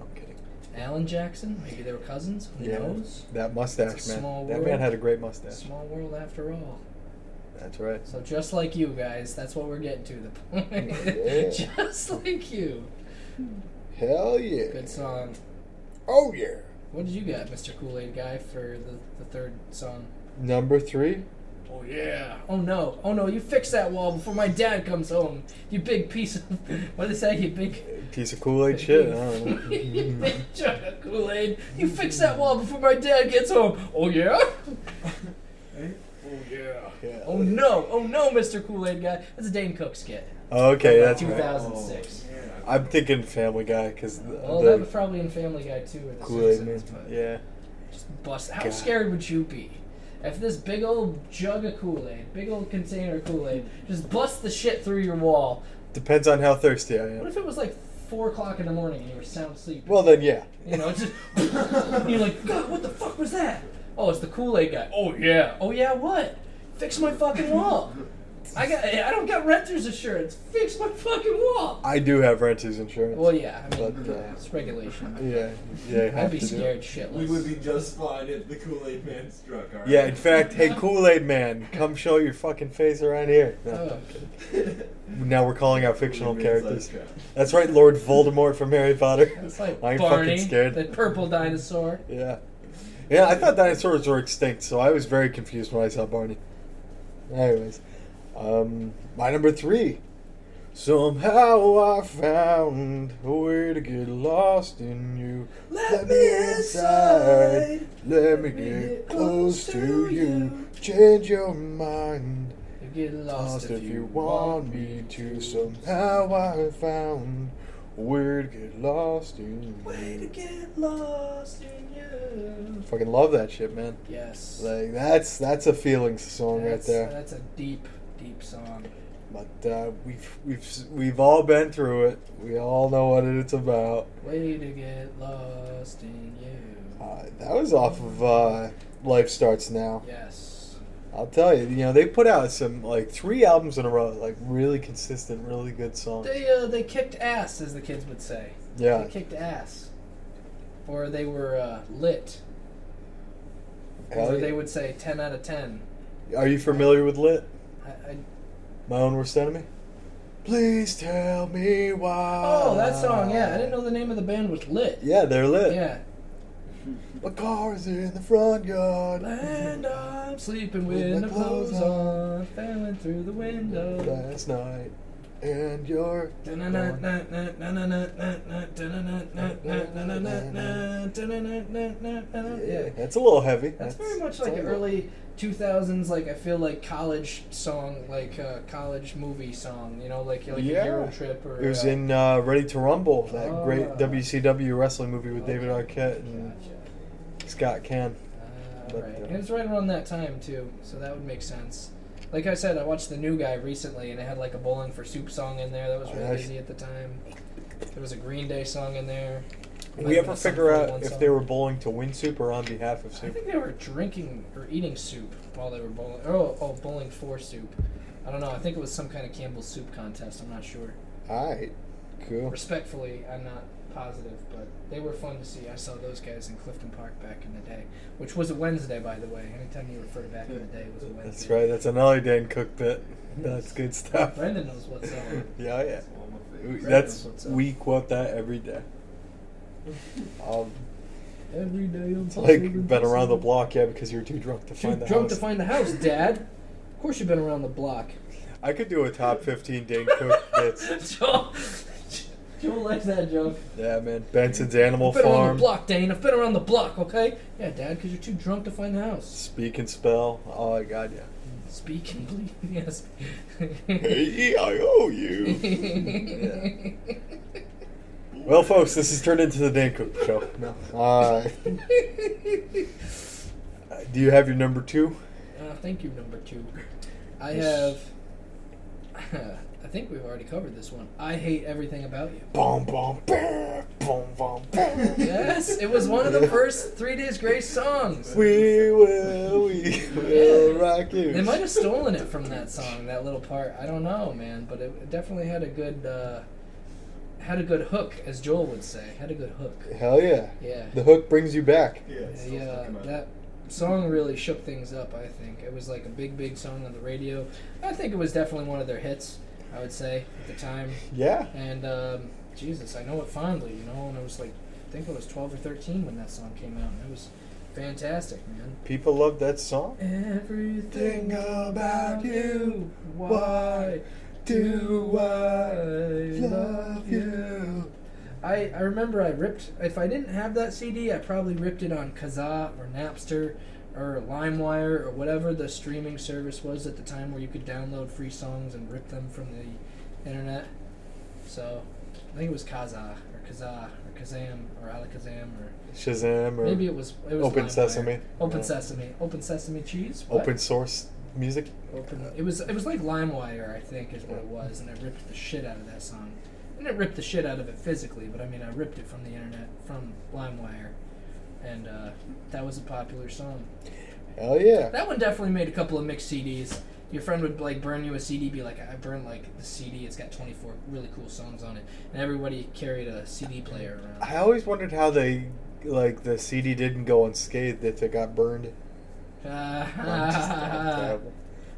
I'm kidding. Alan Jackson. Maybe they were cousins. Who Yeah, knows? that It's mustache, a man. small that man world. had a great mustache. Small world after all. That's right. So just like you guys, that's what we're getting to the point. Yeah. [laughs] just like you. Hell yeah. Good song. Oh yeah. What did you got, Mr. Kool Aid Guy, for the, the third song? Number three. Oh yeah. Oh no. Oh no. You fix that wall before my dad comes home. You big piece of [laughs] what did it say? You big. [laughs] Piece of Kool Aid [laughs] shit. I don't know. you [laughs] big chunk of Kool Aid. You fix that wall before my dad gets home. Oh yeah. [laughs] Hey, Oh yeah. Yeah. Oh no. Oh no, Mr. Kool Aid Guy. That's a Dane Cook skit. Okay, that's right. 2006. Oh, yeah. I'm thinking Family Guy because Well, Oh, that was the probably in Family Guy too, or the Kool Aid man. Simpsons. But Yeah. just bust. How God. scared would you be if this big old jug of Kool Aid, big old container of Kool Aid, just bust the shit through your wall? Depends on how thirsty I What am. if it was like four o'clock in the morning and you were sound asleep? Well, then yeah. you know, it's just [laughs] and you're like, God, what the fuck was that? Oh, it's the Kool Aid guy. Oh yeah. Oh yeah. What? Fix my fucking wall. I got. I don't got renter's insurance. Fix my fucking wall. I do have renter's insurance. Well, yeah. I mean, But, uh, it's regulation. yeah. Yeah. you I'd have be to do it. scared shitless. We would be just fine if the Kool Aid Man struck. All right. Yeah, in fact, hey, Kool Aid Man, come show your fucking face around here. No, Oh. Now we're calling out fictional Kool-Aid Man's characters. like, uh, That's right, Lord Voldemort from Harry Potter. It's like I'm Barney, fucking scared. the purple dinosaur. Yeah. Yeah, I thought dinosaurs were extinct, so I was very confused when I saw Barney. Anyways, Um, my number three. Somehow I found a way to get lost in you. Let me inside. Let me get close to you. Change your mind. You get lost, Lost if you want me to. Somehow I found a way to get lost in Way to you. get lost in you. Fucking love that shit, man. Yes. Like that's that's a feelings song that's, right there. That's a deep, deep song. But uh, we've we've we've all been through it. We all know what it's about. Way to get lost in you. Uh, that was off of uh, Life Starts Now. Yes. I'll tell you. You know they put out some like three albums in a row, like really consistent, really good songs. They uh, they kicked ass, as the kids would say. Yeah, They kicked ass, or they were uh, lit, Hell or yeah. they would say ten out of ten. Are you familiar with Lit? I, I, My own worst enemy. Please tell me why. oh, that song. Yeah, I didn't know the name of the band was Lit. Yeah, they're lit. Yeah. My car's in the front yard. And I'm sleeping With with my no clothes clothes on. on, failing through the window. Last night, and you're Yeah, Yeah. that's a little heavy. That's very much like an a little- early 2000s, like I feel like college song, like uh, college movie song, you know, like, like Yeah. a Hero Trip or. It was uh, in uh, Ready to Rumble, that great Ah. WCW wrestling movie with David Okay. Arquette and Gotcha. Scott Can. Uh, But, right. uh, And it's right around that time too, so that would make sense. Like I said, I watched the new guy recently, and it had like a Bowling for Soup song in there. That was Oh, really nice. busy at the time. There was a Green Day song in there. Did Might we have ever been some figure Formula One out if song. they were bowling to win soup or on behalf of I soup? think they were drinking or eating soup while they were bowling. Oh, oh, bowling for soup. I don't know. I think it was some kind of Campbell's soup contest. I'm not sure. Alright, cool. Respectfully, I'm not positive, but they were fun to see. I saw those guys in Clifton Park back in the day, which was a Wednesday, by the way. Anytime you refer to back in the day, it was a Wednesday. That's right, that's another Dan Cook bit. That's [laughs] good stuff. Brendan knows what's up. Yeah, yeah. That's one of my We- favorites. That's what's up. we quote that every [laughs] day. Um, Every day I'm it's like been around the block, yeah, because you're too drunk to Too find the drunk to house. find the house, Dad. Of course you've been around the block. I could do a top 15 Dan [laughs] Cook bits. Joel, Joel likes that joke. Yeah, man. Benson's Animal I've been around Farm. the block, Dane. I've been around the block, okay? Yeah, Dad, because you're too drunk to find the house. Speak and spell. Oh my god, [laughs] yeah. Speak [laughs] and bleed. Yes. Hey, I owe [laughs] you. Well, folks, this has turned into the Dan Cook Show. No. Uh, [laughs] do you have your number two? Uh, thank you, number two. I have. Yes. [laughs] I think we've already covered this one. I hate everything about you. Boom, boom, bam, boom, boom, bam. Yes, [laughs] it was one of the first Three Days Grace songs. We will, [laughs] we will rock you. They might have stolen it from that song, that little part. I don't know, man, but it definitely had a good uh, had a good hook, as Joel would say. Had a good hook. Hell yeah. Yeah. The hook brings you back. Yeah, it's still The, uh, stuck in my- that song really shook things up. I think it was like a big, big song on the radio. I think it was definitely one of their hits. I would say at the time. Yeah. And um, Jesus, I know it fondly, you know. And I was like, I think I was twelve or thirteen when that song came out. And it was fantastic, man. People love that song. Everything about you, why do I love you? I, I remember I ripped, if I didn't have that CD, I probably ripped it on Kazaa or Napster or LimeWire or whatever the streaming service was at the time where you could download free songs and rip them from the internet. So I think it was Kazaa or Kazaa or Kazam or Alakazam or Shazam or maybe it was, it was Open LimeWire. Sesame. Open Yeah. Sesame. Open Sesame Cheese? What? open source music. Open. It was it was like LimeWire, I think, is what it was, and I ripped the shit out of that song. I didn't rip the shit out of it physically, but I mean, I ripped it from the internet from LimeWire, and uh, that was a popular song. Hell yeah. That one definitely made a couple of mixed CDs. Your friend would like burn you a CD, be like, "I burned like the CD. It's got 24 really cool songs on it," and everybody carried a CD player [laughs] around. I always wondered how they like the [laughs] [laughs] CD didn't go unscathed if it got burned. I'm just- I'm terrible.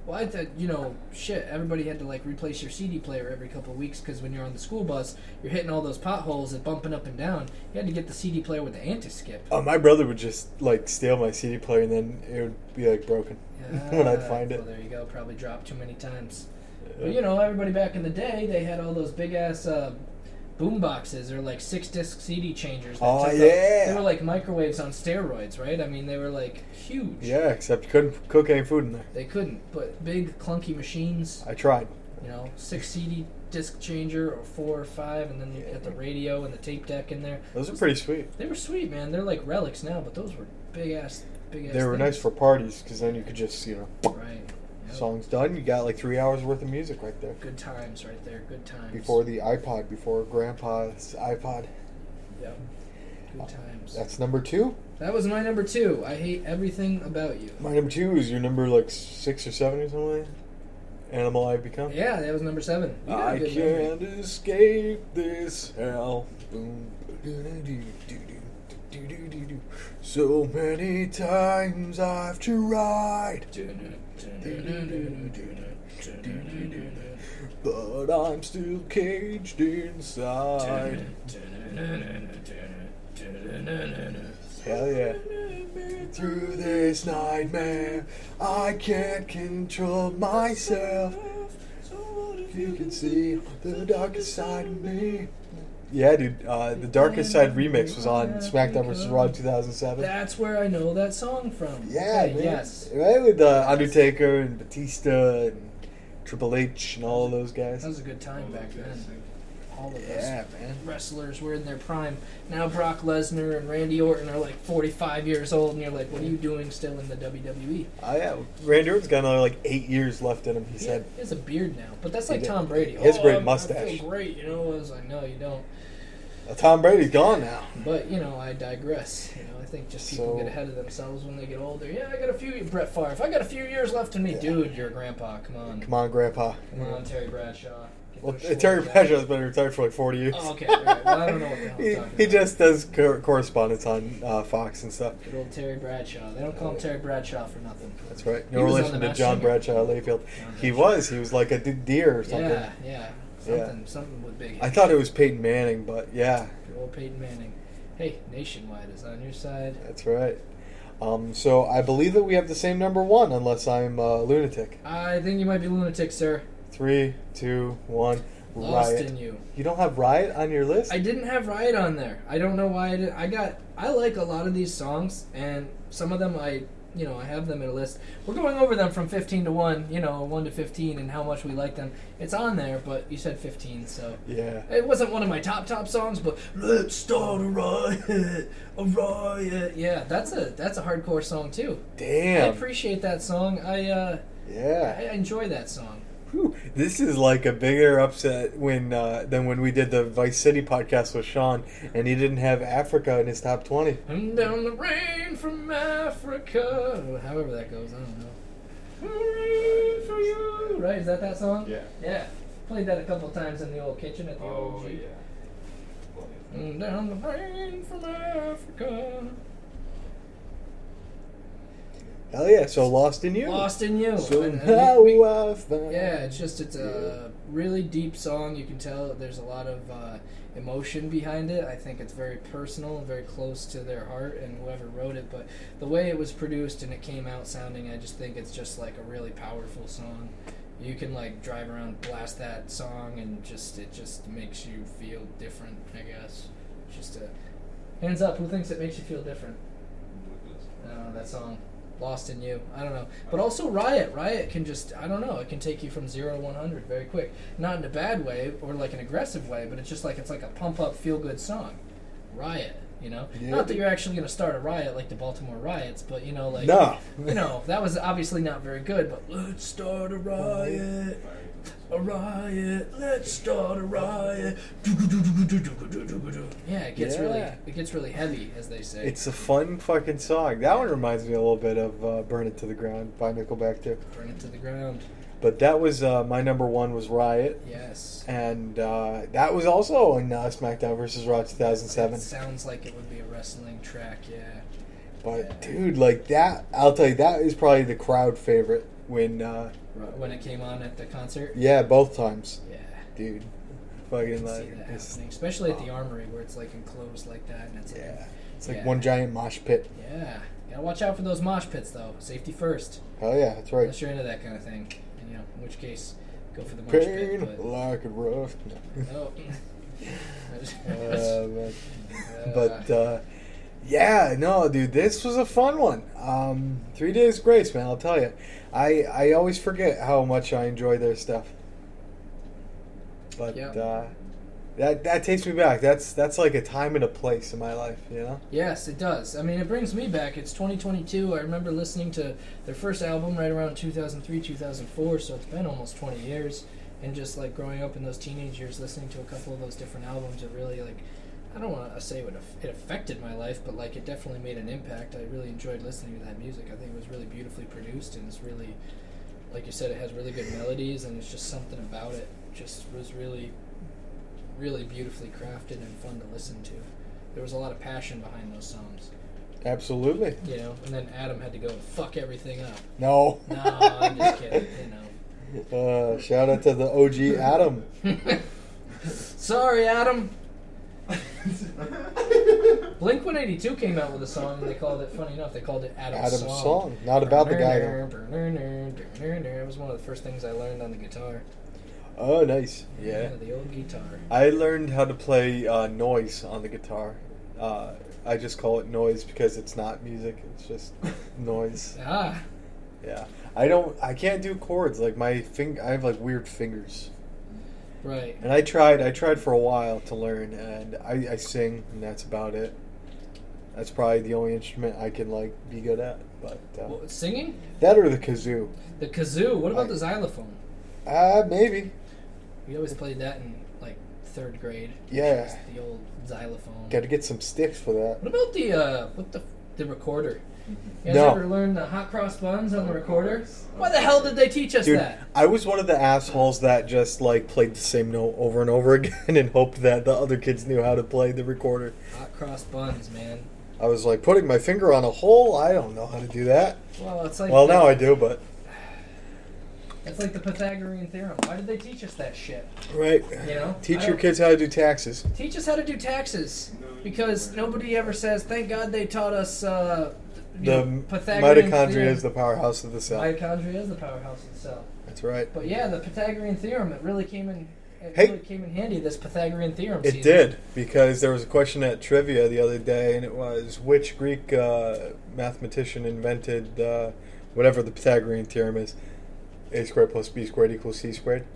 Well, I thought you know, shit. Everybody had to like replace your CD player every couple of weeks because when you're on the school bus, you're hitting all those potholes and bumping up and down. You had to get the CD player with the anti-skip. Uh, my brother would just like steal my CD player, and then it would be like broken [laughs] [laughs] when I'd Ah, find it. Well, there you go. Probably dropped too many times. Yeah. But you know, everybody back in the day, they had all those big ass uh, boom boxes or like six disc CD changers. that Oh, took up- yeah. they were like microwaves on steroids, right? I mean, they were like huge. Yeah, except you couldn't cook any food in there. They couldn't, but big clunky machines. I tried. You know, six CD disc changer or four or five, and then you got the radio and the tape deck in there. Those are pretty sweet. They were sweet, man. They're like relics now, but those were big ass, big ass. They were nice things. for parties because then you could just you know, Right. Yep. songs done. You got like three hours worth of music right there. Good times, right there. Good times. Before the iPod, before Grandpa's iPod. Yep. Good times. That's number two. That was my number two. I hate everything about you. My number two is your number like six or seven or something. like that? Animal I've become. Yeah, that was number seven. You got a I good can't memory. escape this hell. Boom. ba-do-do-do-do-do-do-do-do-do. So many times I've tried, but I'm still caged inside. Hell yeah. Through this nightmare, I can't control myself. You can see the darkest side of me. Yeah, dude. Uh, the Darkest Side remix was on SmackDown vs. Raw 2007. That's where I know that song from. Yeah, Okay, man. yes. Right with uh, Undertaker and Batista and Triple H and all of those That guys. was a good time back then. All of us Yeah, man. wrestlers were in their prime. Now Brock Lesnar and Randy Orton are like 45 years old, and you're like, what are you doing still in the E?" WWE? Oh yeah, Randy Orton's got another like eight years left in him. He He said, has a beard now, but that's He like did. Tom Brady. He has a oh, great I'm- I mustache." feel great, you know. I was like, no, you don't. "Well, "Tom Brady's gone now." But you know, I digress. You know, I think just people So- get ahead of themselves when they get older. Yeah, I got a few. Brett Favre, I got a few years left in me, Yeah. dude. You're a grandpa. Come on, Come on, Grandpa. come on, Terry Bradshaw. Get Well, those shoulders Terry out. Pratchett's been retired for like forty years. Oh, okay. all right. Well, I don't know what the hell I'm he, talking he about. just does co- correspondence on uh, Fox and stuff. Good old Terry Bradshaw. They don't call him Terry Bradshaw for nothing. That's right. He No was on relation The to Masked John Singer. Bradshaw Layfield. John He Bradshaw. was. He was like a d- deer or something. Yeah, yeah. Yeah. Something, something with big. I thought it was Peyton Manning, but yeah, Good old Peyton Manning. Hey, Nationwide is on your side. that's right. Um, so I believe that we have the same number one, unless I'm a lunatic. I think you might be lunatic, sir. Three, two, one. Lost Riot. in you. You don't have Riot on your list? I didn't have Riot on there. I don't know why I did. I got. I like a lot of these songs, and some of them I, you know, I have them in a list. We're going over them from 15 to one. You know, one to 15, and how much we like them. It's on there, but you said 15, so yeah. it wasn't one of my top top songs. But let's start a riot, a riot. Yeah, that's a that's a hardcore song too. I Damn. appreciate that song. I uh, I yeah. enjoy that song. Whew. This is like a bigger upset when uh, than when we did the Vice City podcast with Sean, and he didn't have Africa in his top twenty. And down the rain from Africa. However that goes, I don't know. Rain for you. Right, is that that song? Yeah. Yeah. Played that a couple times in the old kitchen at the Oh old Jeep. yeah. And down the rain from Africa. Hell yeah! So lost in you. Lost in you. So And- and now we- we- I found- yeah, it's just it's a really deep song. You can tell there's a lot of uh, emotion behind it. I think it's very personal and very close to their heart and whoever wrote it. But the way it was produced and it came out sounding, I just think it's just like a really powerful song. You can like drive around, blast that song, and just it just makes you feel different. I guess It's just a hands up. Who thinks it makes you feel different? I don't know uh, that song, Lost in You. I don't know, but also Riot. Riot can just I don't know. It can take you from zero to one hundred very quick. Not in a bad way or like an aggressive way, but it's just like it's like a pump up, feel good song. Riot. You know, Yeah. not that you're actually going to start a riot like the Baltimore riots, but you know, like No. you know, that was obviously not very good. But let's start a riot. A riot, let's start a riot. Yeah, it gets really, Yeah. it gets really heavy, as they [laughs] say. It's a fun fucking song. That one reminds me a little bit of uh, "Burn It to the Ground" by Nickelback too. Burn it to the ground. But that was uh, my number one was "Riot," Yes. and uh, that was also in uh, SmackDown versus Raw 2007. It sounds like it would be a wrestling track, yeah. But dude, like that, I'll tell you, that is probably the crowd favorite. when uh, Right, When it came on at the concert. yeah, both times, Yeah. dude. I Fucking can see like that it's, happening, especially at the armory where it's like enclosed like that, and it's yeah, like, it's like Yeah. one giant mosh pit. yeah, gotta watch out for those mosh pits though. Safety first, Hell yeah, that's right. unless you're into that kind of thing. And, you know, in which case, go for the mosh Pain pit. But, like a rough. [laughs] oh. [laughs] Uh, but- but uh, yeah, no, dude, this was a fun one. Um, Three Days Grace, man, I'll tell you. I I always forget how much I enjoy their stuff. But Yeah. uh, that that takes me back. That's that's like a time and a place in my life, you know. Yes, it does. I mean, it brings me back. It's 2022. I remember listening to their first album right around 2003, 2004, so it's been almost 20 years. And just like growing up in those teenage years, listening to a couple of those different albums, it really like I don't want to say it, aff- it affected my life, but like it definitely made an impact. I really enjoyed listening to that music. I think it was really beautifully produced, and it's really, like you said, it has really good melodies, and it's just something about it just was really, really beautifully crafted and fun to listen to there was a lot of passion behind those songs, Absolutely. you know. And then Adam had to go and fuck everything up. No. [laughs] No, I'm just kidding, you Uh, shout out to the OG Adam. [laughs] know. Sorry, Adam. [laughs] Blink 182 came out with a song, and they called it. Funny enough, they called it Adam's, Adam's song. song. Not about the guy. though. It was one of the first things I learned on the guitar. Oh, nice. Yeah. the old guitar. I learned how to play uh, noise on the guitar. Uh, I just call it noise because it's not music; it's just noise. Ah, Yeah, I don't, I can't do chords. Like my fing I have like weird fingers. right. And I tried, I tried for a while to learn, and I, I sing, and that's about it. That's probably the only instrument I can like be good at. But uh, Well, singing that or the kazoo, the kazoo. What about I- the xylophone? uh, maybe. We always played that in like third grade. Yeah. the old xylophone. Got to get some sticks for that. What about the uh, what the the recorder? You guys No. ever learn the hot cross buns on the Of recorder? course. Why the hell did they teach us Dude, that? I was one of the assholes that just like played the same note over and over [laughs] again and hoped that the other kids knew how to play the recorder. Hot cross buns, man. I was like putting my finger on a hole. I don't know how to do that. Well, it's like Well, the, now I do, but it's like the Pythagorean theorem. Why did they teach us that shit? right. You know, Teach I your don't- kids how to do taxes. Teach us how to do taxes because nobody ever says. Thank God they taught us. Uh, The you know, m- Pythagorean mitochondria theorem. is the powerhouse of the cell. mitochondria is the powerhouse of the cell. That's right. But yeah, the Pythagorean theorem. It really came in. It Hey. really came in handy. This Pythagorean theorem. It season. did because there was a question at trivia the other day, and it was which Greek uh, mathematician invented uh, whatever the Pythagorean theorem is, a squared plus b squared equals c squared,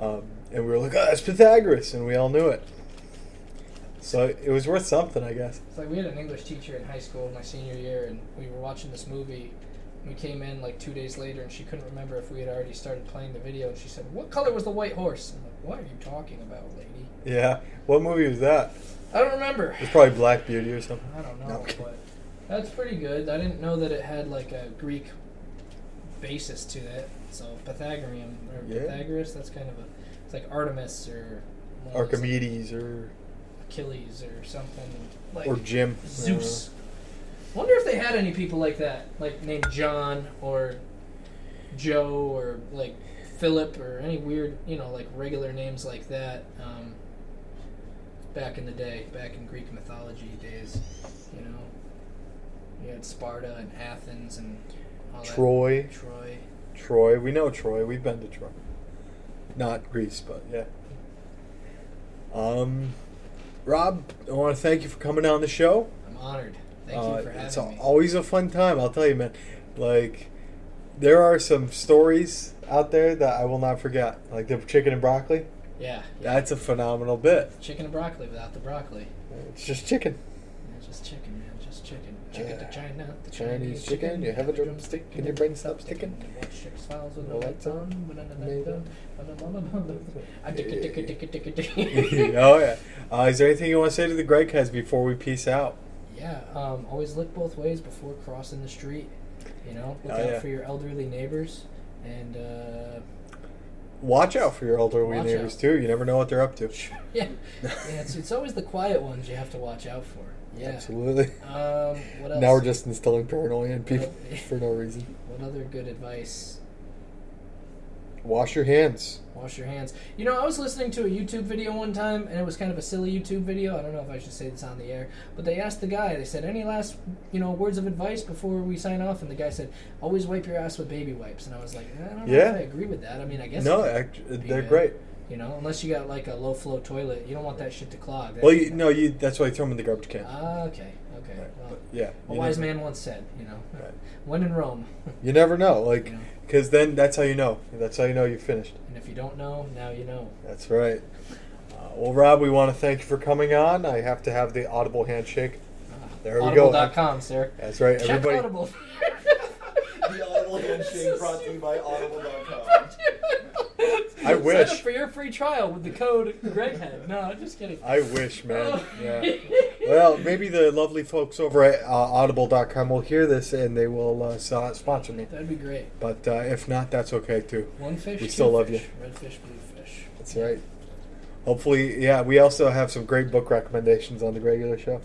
um, and we were like, oh, that's Pythagoras, and we all knew it. So it was worth something, I guess. It's like we had an English teacher in high school my senior year, and we were watching this movie. We came in like two days later, and she couldn't remember if we had already started playing the video. And she said, "What color was the white horse?" I'm like, "What are you talking about, lady? Yeah. What movie was that? I don't remember. It's probably Black Beauty or something. I don't No, know, I'm kidding. but that's pretty good. I didn't know that it had like a Greek basis to it. So Pythagorean or Yeah. Pythagoras, that's kind of a it's like Artemis or one of those, like, Archimedes or Achilles or something like or Jim. Zeus. Wonder if they had any people like that, like named John or Joe or like Philip or any weird, you know, like regular names like that. Um, back in the day, back in Greek mythology days, you know, you had Sparta and Athens and all Uh, that. Troy. Troy. Troy. We know Troy. We've been to Troy. Not Greece, but yeah. Um, Rob, I want to thank you for coming on the show. I'm honored. Thank Uh, you for having it's me. always a fun time, I'll tell you, man. Like, there are some stories out there that I will not forget. Like the chicken and broccoli. yeah, yeah. That's a phenomenal bit. Chicken and broccoli without the broccoli. It's just [laughs] chicken. [laughs] Yeah, just chicken, man. Just chicken. Chicken Yeah. to China. The Chinese Chinese, chicken, chicken. you have a drumstick and your brain stops ticking. and watch chicks files with No no lights lights on. Made up. [laughs] I dick a dick a dick a dick a dick. oh [laughs] yeah. Uh, is there anything you want to say to the Greg heads before we peace out? Yeah. Um, always look both ways before crossing the street. You know, look Oh, out yeah. for your elderly neighbors and. uh... [laughs] Watch out for your elderly Watch neighbors out. too. You never know what they're up to. [laughs] Yeah, yeah it's, it's always the quiet ones you have to watch out for. Yeah. Absolutely. [laughs] Um, what else? [laughs] Now we're just installing paranoia in people Yeah. for no reason. What other good advice? Wash your hands. Wash your hands. You know, I was listening to a YouTube video one time, and it was kind of a silly YouTube video. I don't know if I should say this on the air, but they asked the guy. They said, "Any last, you know, words of advice before we sign off?" And the guy said, "Always wipe your ass with baby wipes." And I was like, I don't know Yeah. if I agree with that. I mean, I guess No, it could act- be they're bad. great. You know, unless you got like a low flow toilet, you don't want that shit to clog. Well, you, no, you. That's why you throw them in the garbage can. Ah, okay, okay. Right, Well, but, yeah. a you wise never- man once said, you know, Right. when in Rome. [laughs] You never know, like, Yeah. because then that's how you know. That's how you know you finished. and if you don't know, now you know. That's right. Uh, well, Rob, we want to thank you for coming on. I have to have the audible handshake. Ah, There we go. Audible.com, sir. That's right, Check everybody. [laughs] [laughs] Audible. The Audible handshake brought to you by [laughs] Audible.com. I wish. Sign up for your free trial with the code GregHead. No, I'm just kidding. I wish, man. Oh. [laughs] yeah. Well, maybe the lovely folks over at uh, audible.com will hear this and they will uh, so- sponsor me. That'd be great. But uh, if not, that's okay too. One fish. We two still love fish. Red fish, blue fish. That's right. Hopefully, yeah, we also have some great book recommendations on the regular show.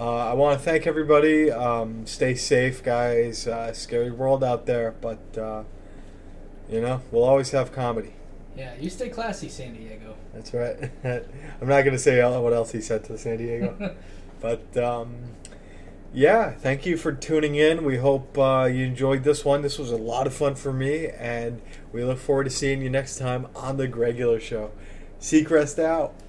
Uh, I want to thank everybody. Um, stay safe, guys. Uh, scary world out there, but uh, you know we'll always have comedy. Yeah, you stay classy, San Diego. That's right. [laughs] I'm not going to say el- what else he said to San [laughs] Diego, but um, yeah, thank you for tuning in. We hope uh, you enjoyed this one. This was a lot of fun for me, and we look forward to seeing you next time on the regular show. Seacrest out.